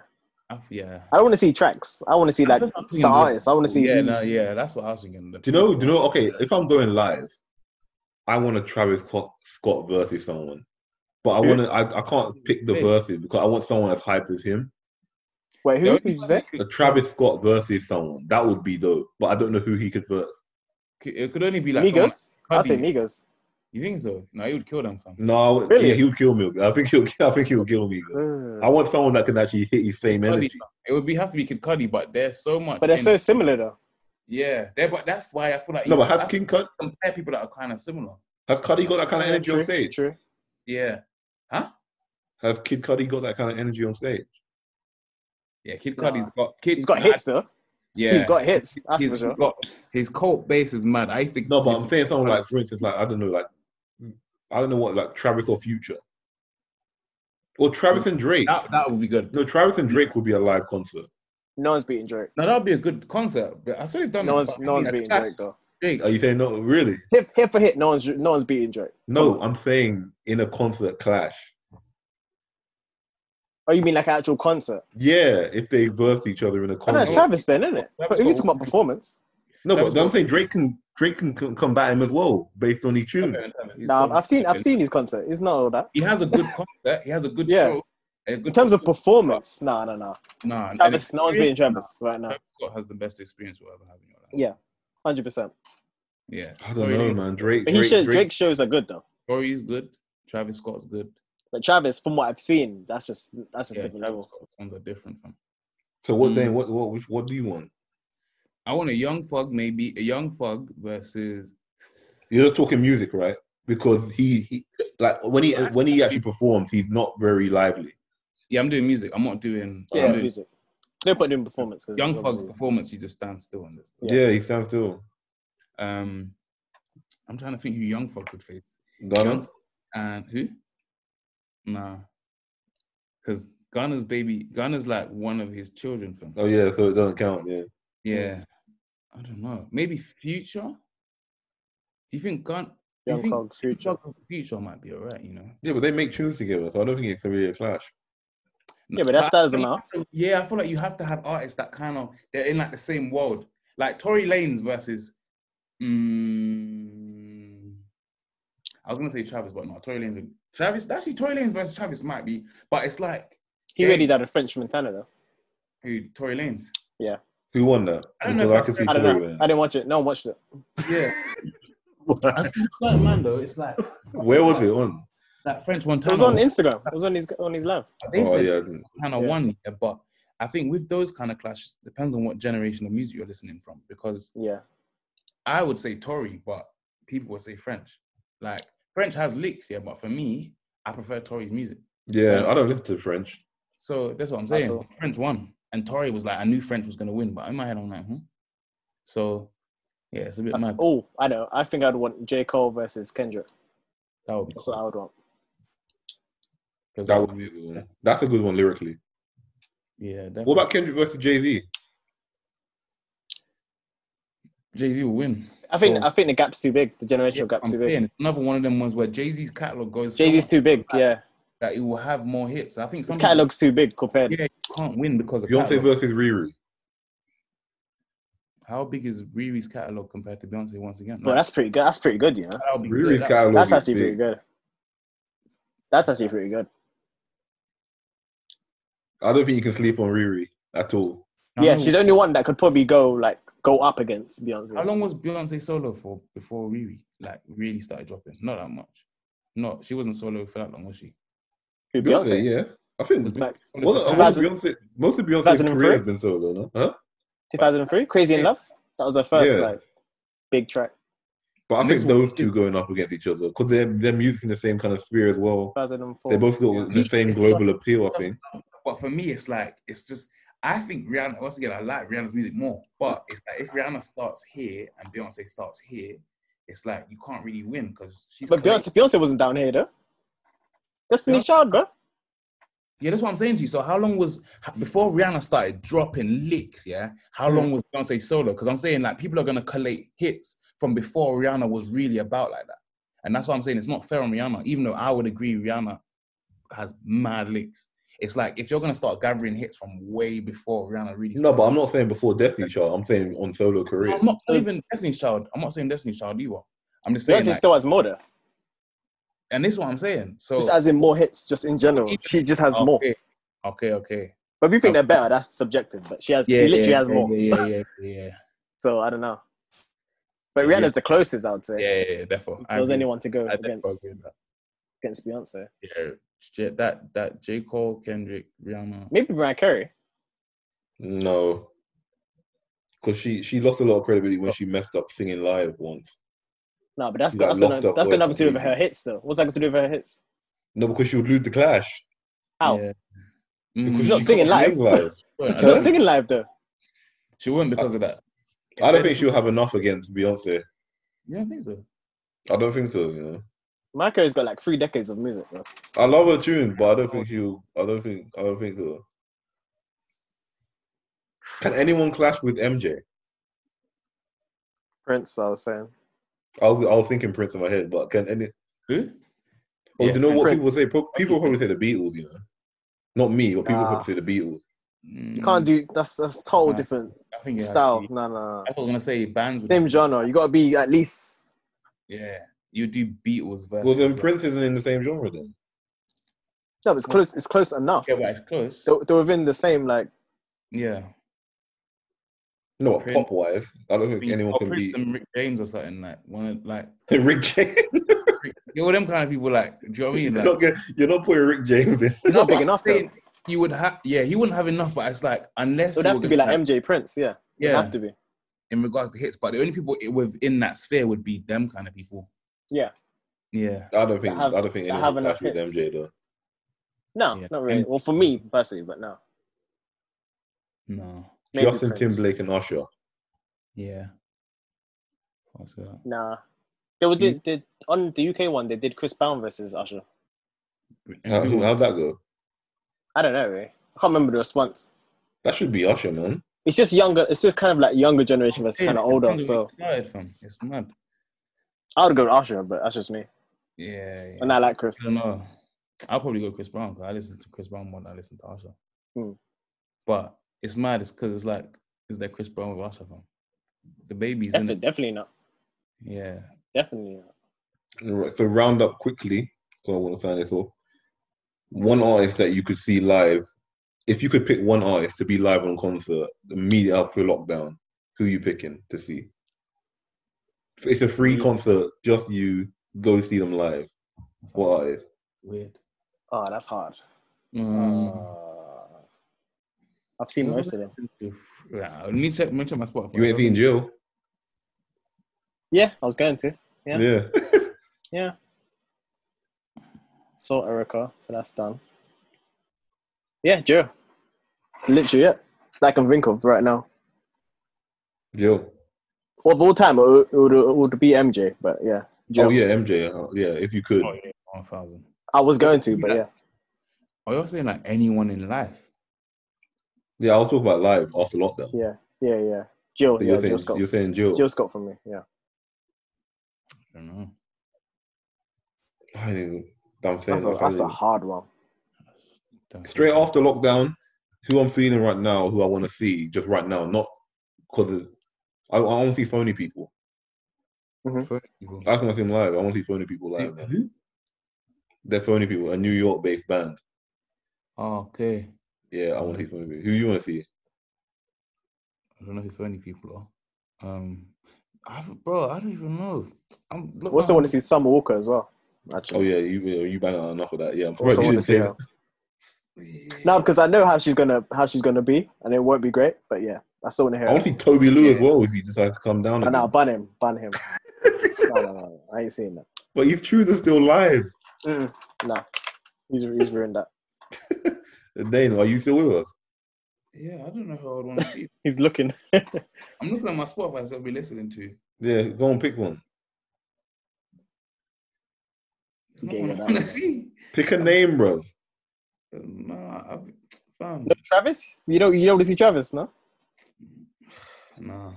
Speaker 3: I- Yeah.
Speaker 2: I don't want to see tracks. I want to see like
Speaker 3: That's what I'm thinking,
Speaker 2: the
Speaker 3: bro.
Speaker 2: artists. I want to see.
Speaker 3: Yeah,
Speaker 2: who's-
Speaker 3: no, yeah, that's what I was thinking.
Speaker 1: Do you know? Do you know? Okay, if I'm going live, I want to Travis Scott- Scott versus someone, but I
Speaker 3: Yeah.
Speaker 1: want to. I, I can't pick the
Speaker 3: Yeah.
Speaker 1: verses because I want someone as hype as him.
Speaker 2: Wait, who? Who'd you say?
Speaker 1: a Travis Scott versus someone. That would be dope. But I don't know who he could verse.
Speaker 3: It could only be like someone-
Speaker 2: Migos. I'd say
Speaker 3: Probably.
Speaker 2: Migos.
Speaker 3: You think so? No, he would kill them, fam.
Speaker 1: No,
Speaker 2: Really?
Speaker 1: yeah, he'll kill me. I think he'll. I think he'll kill me.
Speaker 2: Mm.
Speaker 1: I
Speaker 3: Uh,
Speaker 1: want someone that can actually hit his same
Speaker 3: Probably.
Speaker 1: energy.
Speaker 3: It would be have to be Kid Cudi, but there's so much.
Speaker 2: But they're
Speaker 3: in-
Speaker 2: so similar though.
Speaker 3: Yeah, they're, but that's why I feel like
Speaker 1: No,
Speaker 3: you
Speaker 1: but has
Speaker 3: have to
Speaker 1: King Cut
Speaker 3: compare people that are kind of similar.
Speaker 1: has Cuddy got that kind of energy
Speaker 2: true,
Speaker 1: on stage?
Speaker 2: True.
Speaker 3: Yeah, Huh?
Speaker 1: Has Kid Cudi got that kind of energy on stage?
Speaker 3: Yeah, Kid
Speaker 2: Nah.
Speaker 3: Cudi's got Kid.
Speaker 2: He's got hits though.
Speaker 3: Yeah,
Speaker 2: He's got hits. That's
Speaker 3: He's
Speaker 2: for sure.
Speaker 3: got- his cult base is mad. I used to.
Speaker 1: No, but I'm saying something like, for instance, like I don't know, like I don't know what, like Travis or Future, or Travis and Drake.
Speaker 3: that, that would be good.
Speaker 1: No, Travis and Drake would be a live concert.
Speaker 2: No one's beating Drake.
Speaker 3: No, that would be a good concert. But I swear they've done.
Speaker 2: No
Speaker 3: it,
Speaker 2: one's
Speaker 3: but-
Speaker 2: no one's beating
Speaker 3: Yeah,
Speaker 2: Drake though.
Speaker 3: Drake.
Speaker 1: Are you saying no? Really?
Speaker 2: Hit, hit for hit, no one's no one's beating Drake.
Speaker 1: No, I'm saying in a concert clash.
Speaker 2: Oh, you mean like an actual concert?
Speaker 1: Yeah, if they birthed each other in a
Speaker 2: Oh, no, it's
Speaker 1: concert.
Speaker 2: Travis then, isn't it?
Speaker 3: Travis
Speaker 2: But if you
Speaker 3: got-
Speaker 2: talk about performance,
Speaker 1: No,
Speaker 3: Travis
Speaker 1: but I'm saying Drake can Drake can c- combat him as well based on each tune.
Speaker 3: He's
Speaker 2: nah,
Speaker 3: got-
Speaker 2: I've seen I've seen his concert. It's not all that.
Speaker 3: He has a good concert. He has a good
Speaker 2: Yeah.
Speaker 3: show. A good
Speaker 2: In terms of performance, no, no, no.
Speaker 3: nah, and
Speaker 2: Travis, no one's beating
Speaker 3: experience-
Speaker 2: Travis right now.
Speaker 3: Travis Scott has the best experience we'll ever have in your life.
Speaker 2: Yeah. Hundred percent.
Speaker 3: Yeah,
Speaker 1: I don't know, man. Drake.
Speaker 2: But he
Speaker 1: Drake,
Speaker 2: should,
Speaker 1: Drake-
Speaker 2: Drake shows are good though.
Speaker 3: Corey's good. Travis Scott's good.
Speaker 2: But Travis, from what I've seen, that's just that's just
Speaker 3: Yeah,
Speaker 2: different
Speaker 3: Travis
Speaker 2: level.
Speaker 3: Scott's songs are different from.
Speaker 1: So what
Speaker 3: Mm.
Speaker 1: then? What what which, what do you want?
Speaker 3: I want a young thug, maybe a young thug versus.
Speaker 1: You're not talking music, right? Because he, he like when he when he actually performs, he's not very lively.
Speaker 3: Yeah, I'm doing music. I'm not doing. I'm
Speaker 2: Yeah,
Speaker 3: doing-
Speaker 2: music. No point doing performance because
Speaker 3: Young Thug's performance, you just stand still on this.
Speaker 1: Yeah,
Speaker 2: Yeah.
Speaker 1: he stands still.
Speaker 3: Um, I'm trying to think who Young Thug could face.
Speaker 1: Gunna?
Speaker 3: Young and who? Nah, because Ghana's baby, Ghana's like one of his children from.
Speaker 1: Oh yeah, so it doesn't count. Yeah,
Speaker 3: Yeah, I don't know. Maybe Future. Do you think Gun? do you
Speaker 2: Young
Speaker 3: think
Speaker 2: Thug, Future.
Speaker 3: Thug and Future might be alright? You know.
Speaker 1: yeah, but they make tunes together, so I don't think it's gonna be a clash.
Speaker 2: Yeah, but that's that doesn't matter.
Speaker 3: Yeah, I feel like you have to have artists that kind of they're in like the same world, like Tory Lanez versus. Mm, I was gonna say Travis, but no, Tory Lanez. would- Travis, actually, Tory Lanez versus Travis might be, but it's like
Speaker 2: He
Speaker 3: Yeah.
Speaker 2: really did a French Montana though.
Speaker 3: who Tory Lanez.
Speaker 1: Who won that?
Speaker 3: I don't know
Speaker 1: Because
Speaker 3: if that's
Speaker 1: could see
Speaker 2: I don't
Speaker 1: Tory
Speaker 2: know. I didn't watch it. No one watched it.
Speaker 3: Yeah,
Speaker 1: winning.
Speaker 3: certain man though, it's like
Speaker 1: Where was it on?
Speaker 3: that French
Speaker 2: It
Speaker 3: Montana.
Speaker 2: was on Instagram. It was on his on his live.
Speaker 3: They
Speaker 1: oh
Speaker 3: said
Speaker 1: yeah, I didn't-
Speaker 3: kind of
Speaker 2: Yeah.
Speaker 3: one, yeah, but I think with those kind of clashes depends on what generation of music you're listening from. Because
Speaker 2: Yeah.
Speaker 3: I would say Tory, but people would say French. Like French has licks, yeah, but for me, I prefer Tory's music.
Speaker 1: yeah. I don't listen to French.
Speaker 3: So that's what I'm
Speaker 2: That's
Speaker 3: saying.
Speaker 2: all.
Speaker 3: French won, and Tory was like, I knew French was gonna win, but in my head, I'm like, hmm. So yeah, it's a
Speaker 1: Uh,
Speaker 3: bit mad.
Speaker 2: Oh, I know. I think I'd want J Cole versus Kendrick.
Speaker 3: That would be
Speaker 2: That's what I would want.
Speaker 3: because
Speaker 1: That would be a good one. That's a good one lyrically.
Speaker 3: yeah.
Speaker 1: What about Kendrick versus Jay Z?
Speaker 3: Jay Z will win?
Speaker 2: I think
Speaker 1: Cool.
Speaker 2: I think the gap's too big. The
Speaker 3: Yeah,
Speaker 2: generational
Speaker 3: I'm
Speaker 2: gap's too big.
Speaker 3: saying it's another one of them ones where Jay Z's catalog goes. so
Speaker 2: Jay Z's
Speaker 3: much
Speaker 2: too big. Yeah,
Speaker 3: that it will have more hits. I think
Speaker 2: his
Speaker 3: some
Speaker 2: catalog's too big compared.
Speaker 3: Yeah, you can't win because of
Speaker 1: Beyonce
Speaker 3: catalog.
Speaker 1: versus Riri.
Speaker 3: How big is Riri's catalog compared to Beyonce once again?
Speaker 2: Well, that's pretty good. That's pretty good. Yeah,
Speaker 3: that'll be
Speaker 1: Riri's
Speaker 3: good. That-
Speaker 1: catalog.
Speaker 2: that's
Speaker 1: is
Speaker 2: actually pretty
Speaker 1: big.
Speaker 2: good. That's actually pretty good.
Speaker 1: I don't think you can sleep on Riri at all.
Speaker 3: I
Speaker 2: Yeah,
Speaker 3: know.
Speaker 2: she's the only one that could probably go like go up against
Speaker 3: How
Speaker 2: Beyonce.
Speaker 3: long was Beyonce solo for before Riri like really started dropping? Not that much. No, she wasn't solo for that long, was she?
Speaker 2: Who
Speaker 1: Beyonce,
Speaker 2: Beyonce?
Speaker 1: yeah. I
Speaker 3: It
Speaker 1: think
Speaker 3: was
Speaker 2: Like,
Speaker 3: Beyonce
Speaker 1: well,
Speaker 3: solo for
Speaker 1: uh,
Speaker 3: two-
Speaker 1: well,
Speaker 2: 2000
Speaker 1: Beyonce, most of Beyonce's
Speaker 2: 2003?
Speaker 1: career has been solo, no? Huh?
Speaker 2: 2003, Crazy in Love. That was her first
Speaker 1: Yeah.
Speaker 2: like big track.
Speaker 1: But I
Speaker 3: And
Speaker 1: think
Speaker 3: this one
Speaker 1: those two
Speaker 3: is-
Speaker 1: going up against each other because they're they're music in the same kind of sphere as well.
Speaker 2: 2004.
Speaker 1: They both got the same global appeal, I
Speaker 3: Just-
Speaker 1: think.
Speaker 3: But for me, it's like it's just I think Rihanna. Once again, I like Rihanna's music more, but it's like if Rihanna starts here and Beyonce starts here, it's like you can't really win because she's.
Speaker 2: But
Speaker 3: collect-
Speaker 2: Beyonce, Beyonce wasn't down here though. Destiny's Child, bro.
Speaker 3: Yeah, that's what I'm saying to you. So how long was h- before Rihanna started dropping licks? Yeah, how
Speaker 2: Mm.
Speaker 3: long was Beyonce solo? Because I'm saying like people are gonna collate hits from before Rihanna was really about like that, and that's what I'm saying. It's not fair on Rihanna, even though I would agree Rihanna has mad licks. It's like if you're gonna start gathering hits from way before Rihanna really.
Speaker 1: No, but I'm
Speaker 3: started-
Speaker 1: not saying before Destiny Child. I'm saying on solo career.
Speaker 3: I'm not even Destiny's Child. I'm not saying Destiny's Child either. I'm just saying,
Speaker 2: Beyonce
Speaker 3: like,
Speaker 2: still has more though.
Speaker 3: and this is what I'm saying. So
Speaker 2: Just as in more hits, just in general.
Speaker 3: Even-
Speaker 2: She just has more.
Speaker 3: Oh. Okay, okay, okay.
Speaker 2: But if you think they're better, that's subjective. But she has, she literally has
Speaker 3: yeah,
Speaker 2: more.
Speaker 3: Yeah, yeah, yeah, yeah.
Speaker 2: So I don't know. But
Speaker 3: Yeah.
Speaker 2: Rihanna's the closest, I would say.
Speaker 3: yeah, yeah, yeah therefore,
Speaker 2: If there was
Speaker 3: agree.
Speaker 2: anyone to go
Speaker 3: I therefore
Speaker 2: against
Speaker 3: agree with that.
Speaker 2: against Beyonce.
Speaker 3: Yeah, J- that that J Cole, Kendrick, Rihanna.
Speaker 2: Maybe Mariah Carey.
Speaker 1: No, because she she lost a lot of credibility
Speaker 3: Oh.
Speaker 1: when she messed up singing live once.
Speaker 2: No, but that's
Speaker 1: She
Speaker 2: got
Speaker 1: got
Speaker 2: that's got,
Speaker 1: locked
Speaker 2: no-
Speaker 1: up
Speaker 2: that's got
Speaker 1: working
Speaker 2: nothing to do with
Speaker 1: people.
Speaker 2: her hits though. What's that got to do with her hits?
Speaker 1: No, because she would lose the clash.
Speaker 2: How?
Speaker 3: Yeah.
Speaker 1: Because
Speaker 3: Mm,
Speaker 2: not
Speaker 1: she
Speaker 2: singing
Speaker 1: can't
Speaker 2: live.
Speaker 1: live.
Speaker 3: she
Speaker 2: She's not
Speaker 3: won't.
Speaker 2: singing live though.
Speaker 3: She won't because of that.
Speaker 1: I don't think she'll have enough against Beyonce.
Speaker 3: You don't think so?
Speaker 1: I don't think so. You know,
Speaker 2: My career's got like three decades of music, bro.
Speaker 1: I love her tunes, but I don't think she'll. I don't think. I don't think so. Can anyone clash with MJ?
Speaker 2: Prince, I was saying.
Speaker 1: I was, I was thinking Prince in my head, but can any?
Speaker 3: Who?
Speaker 1: Oh,
Speaker 3: Yeah,
Speaker 1: do you know what
Speaker 2: Prince.
Speaker 1: people say? Pro- People probably say the Beatles. You know, not me, but people
Speaker 2: Nah.
Speaker 1: probably say the Beatles.
Speaker 2: You can't do that's that's total
Speaker 3: Nah.
Speaker 2: different
Speaker 3: Mm, I think it has
Speaker 2: style.
Speaker 3: to be-
Speaker 2: No, no, no.
Speaker 3: That's what I was gonna say. Bands. Would
Speaker 2: Same genre. You gotta be at least
Speaker 3: Yeah. You do Beatles versus.
Speaker 1: Well, then
Speaker 3: like-
Speaker 1: Prince isn't in the same genre then.
Speaker 2: no, it's close it's close enough.
Speaker 3: Yeah, but it's close.
Speaker 2: They're, they're within the same like
Speaker 3: Yeah.
Speaker 1: No,
Speaker 3: Prince-
Speaker 1: pop wise, I don't think anyone
Speaker 3: or
Speaker 1: can
Speaker 3: Prince
Speaker 1: beat
Speaker 3: and Rick James or something like one of like
Speaker 1: Rick James.
Speaker 3: you know them kind of people like do you know what I mean?
Speaker 1: You're
Speaker 3: Like,
Speaker 1: not, gonna- you're not putting Rick James in.
Speaker 2: it's
Speaker 3: No,
Speaker 2: not
Speaker 3: but
Speaker 2: big
Speaker 3: I'm
Speaker 2: enough though.
Speaker 3: saying You would have, yeah, he wouldn't have enough, but it's like unless
Speaker 2: It would
Speaker 3: you
Speaker 2: have
Speaker 3: were
Speaker 2: to be
Speaker 3: gonna,
Speaker 2: like MJ Prince, yeah. It'd
Speaker 3: yeah,
Speaker 2: have to be.
Speaker 3: in regards to hits. But the only people i- within that sphere would be them kind of people.
Speaker 2: Yeah.
Speaker 3: yeah,
Speaker 1: I don't think.
Speaker 2: have-
Speaker 1: I don't think
Speaker 2: that
Speaker 1: anyone
Speaker 2: have
Speaker 1: can
Speaker 2: enough
Speaker 1: clash with
Speaker 2: hits.
Speaker 1: MJ though.
Speaker 2: No,
Speaker 3: Yeah.
Speaker 2: not really.
Speaker 3: And-
Speaker 2: Well for me personally, but no.
Speaker 3: no,
Speaker 2: Maybe
Speaker 1: Justin
Speaker 2: Prince.
Speaker 1: Timberlake and Usher.
Speaker 3: yeah. What's that?
Speaker 2: Nah. They were
Speaker 3: You-
Speaker 2: did, did on the UK one they did Chris Brown versus Usher.
Speaker 1: How,
Speaker 3: Who-
Speaker 1: how'd that go?
Speaker 2: I don't know really. I can't remember the response.
Speaker 1: That should be Usher, man.
Speaker 2: It's just younger it's just kind of like younger generation versus kinda older,
Speaker 3: It's
Speaker 2: so
Speaker 3: mad, fam. it's mad.
Speaker 2: I would go with Usher, but that's just me.
Speaker 3: Yeah, yeah.
Speaker 2: And I like Chris.
Speaker 3: I don't know. I'll probably go Chris Brown because I listen to Chris Brown more than I listen to Usher.
Speaker 2: Hmm.
Speaker 3: But it's mad. It's because it's like, is there Chris Brown with Usher? Fam? The baby's in
Speaker 2: Definitely,
Speaker 3: it.
Speaker 2: definitely not.
Speaker 3: Yeah.
Speaker 2: Definitely not.
Speaker 1: Right, So round up quickly. So I want to sign this off. One artist that you could see live. If you could pick one artist to be live on concert immediately after lockdown, who you picking to see? It's a free concert. Just you go see them live.
Speaker 3: That's
Speaker 1: What artist?
Speaker 3: Weird.
Speaker 2: Oh, that's hard.
Speaker 3: Um,
Speaker 2: Uh, I've
Speaker 3: Mm.
Speaker 2: seen most of them.
Speaker 3: if- yeah, let me check. Let me check my Spotify.
Speaker 1: You ain't seen Jill.
Speaker 2: Yeah, I was going to. Yeah.
Speaker 1: yeah.
Speaker 2: Yeah. Saw Erica, so that's done. Yeah, Joe. It's literally it. That I can think of right now.
Speaker 1: Jill.
Speaker 2: Of all time, it would, it would, it would be MJ, but yeah. Joe.
Speaker 1: Oh yeah, MJ. uh, Yeah, if you could.
Speaker 3: Oh, yeah, one thousand.
Speaker 2: I was going to, but yeah.
Speaker 3: Are you saying like anyone in life?
Speaker 1: Yeah, I'll talk about live after lockdown.
Speaker 2: Yeah, yeah, yeah. Jill,
Speaker 1: So
Speaker 2: yeah,
Speaker 1: you're,
Speaker 2: Jill
Speaker 1: saying,
Speaker 2: Scott.
Speaker 1: you're saying Jill.
Speaker 2: Jill Scott for me, yeah.
Speaker 3: I don't know.
Speaker 1: I mean, I'm saying
Speaker 2: That's a,
Speaker 1: I can't
Speaker 2: that's a
Speaker 1: even-
Speaker 2: hard one.
Speaker 3: Don't
Speaker 1: straight
Speaker 3: know.
Speaker 1: after lockdown, who I'm feeling right now, who I want to see just right now, not because I, I want to see phony people.
Speaker 3: Phone people.
Speaker 1: I want to see them live. I want to see phony people live. man.
Speaker 3: Who?
Speaker 1: They're phony people, a New York based band.
Speaker 3: Oh, okay.
Speaker 1: Yeah, I want to see phony people. Who you want to see?
Speaker 3: I don't know who phony people are. Um, I've, bro, I don't even know. I'm
Speaker 2: I
Speaker 3: look,
Speaker 2: also
Speaker 3: man,
Speaker 2: want to see Summer Walker as well,
Speaker 1: Oh
Speaker 2: actually.
Speaker 1: yeah, you yeah, you bang out enough of that. Yeah, I'm
Speaker 2: also
Speaker 1: surprised you
Speaker 2: want
Speaker 1: didn't
Speaker 2: to see
Speaker 1: say
Speaker 2: her.
Speaker 1: that.
Speaker 2: No, because I know how she's gonna how she's gonna be, and it won't be great. But yeah, I still want to hear.
Speaker 1: I want
Speaker 2: It.
Speaker 1: to see Toby Lou as well if he decides to come down.
Speaker 2: And I'll
Speaker 1: again.
Speaker 2: ban him, ban him. no, no, no, no, I ain't seeing that.
Speaker 1: But if Truth is still live,
Speaker 2: Mm-mm, no, he's he's ruined that.
Speaker 1: Dane, are you still with us?
Speaker 3: Yeah, I don't know who I would want to see.
Speaker 2: He's looking.
Speaker 3: I'm looking at my Spotify. I'll be listening to.
Speaker 1: Yeah, go and pick one.
Speaker 3: It's not
Speaker 2: Okay,
Speaker 3: one
Speaker 2: yeah,
Speaker 3: I
Speaker 2: that
Speaker 3: want to
Speaker 2: one.
Speaker 3: see.
Speaker 1: Pick a name, bro.
Speaker 3: Um, Nah, I've, fam,
Speaker 2: no, Travis, you don't you don't want to see Travis, no?
Speaker 3: nah.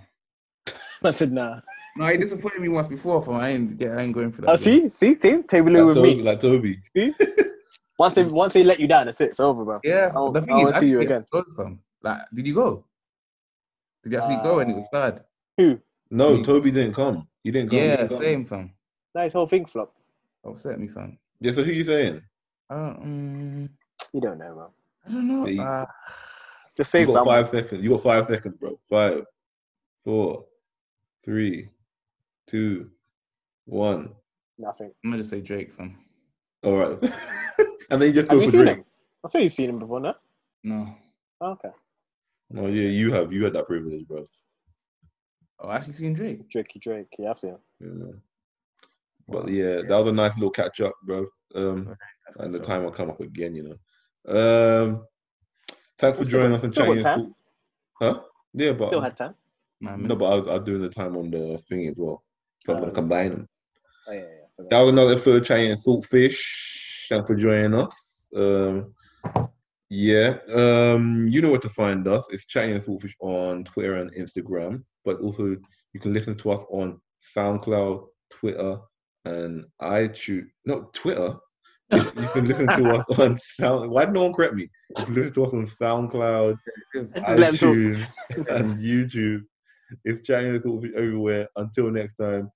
Speaker 2: I said nah.
Speaker 3: No, he disappointed me once before. Fam, I ain't, yeah, I ain't going for that.
Speaker 2: Oh,
Speaker 3: bro.
Speaker 2: see, see, team, table
Speaker 1: Like,
Speaker 2: with
Speaker 1: Toby,
Speaker 2: me.
Speaker 1: like Toby.
Speaker 2: Once they once they let you down, that's it. It's over, bro.
Speaker 3: Yeah,
Speaker 2: I'll-
Speaker 3: the thing
Speaker 2: I
Speaker 3: is,
Speaker 2: won't see you again.
Speaker 3: didn't Go, fam. Like, did you go? Did you actually go? And it was bad.
Speaker 1: No,
Speaker 3: Dude.
Speaker 1: Toby didn't come. He didn't come. He
Speaker 3: yeah,
Speaker 1: didn't come.
Speaker 3: same, fam.
Speaker 2: Now his whole thing flopped.
Speaker 3: Upset me, fam.
Speaker 1: Yeah, so who you saying?
Speaker 3: I don't, um,
Speaker 2: You don't know, man.
Speaker 3: I don't know.
Speaker 1: Hey.
Speaker 3: Uh,
Speaker 2: Just
Speaker 1: You
Speaker 2: say
Speaker 1: got
Speaker 2: something.
Speaker 1: five seconds. You got five seconds, bro. Five, four, three, two, one.
Speaker 2: Nothing.
Speaker 3: I'm gonna just say Drake, fam.
Speaker 1: All right. and then you just go
Speaker 2: Have you
Speaker 1: for
Speaker 2: seen
Speaker 1: Drake.
Speaker 2: him? I swear you've seen him before, no?
Speaker 3: No.
Speaker 2: Oh, okay,
Speaker 1: No, yeah, you have. You had that privilege, bro.
Speaker 3: Oh, I actually seen Drake.
Speaker 2: Drakey Drake. Yeah, I've seen him.
Speaker 1: Yeah. But yeah, that was a nice little catch up, bro. Um, and the time will come up again, you know. Um, thanks for
Speaker 2: Still
Speaker 1: joining
Speaker 2: got-
Speaker 1: us on
Speaker 2: still got
Speaker 1: Chinese.
Speaker 2: time.
Speaker 1: Huh? Yeah, but
Speaker 2: Still had time.
Speaker 4: Man,
Speaker 1: no, but I was, I was doing the time on the thing as well, so I'm gonna
Speaker 2: Oh.
Speaker 1: combine them.
Speaker 2: Oh, yeah, yeah, yeah.
Speaker 1: That was another episode of Chinese Saltfish. Thanks for joining us. Um, yeah, um, you know where to find us. It's Chinese Saltfish on Twitter and Instagram, but also you can listen to us on SoundCloud, Twitter, and iTunes. No, Twitter. You you can listen to us on Sound. Why did no one correct me? You can listen to us on SoundCloud,
Speaker 2: Just let him talk.
Speaker 1: iTunes, and YouTube. It's Chinese Saltfish everywhere. Until next time,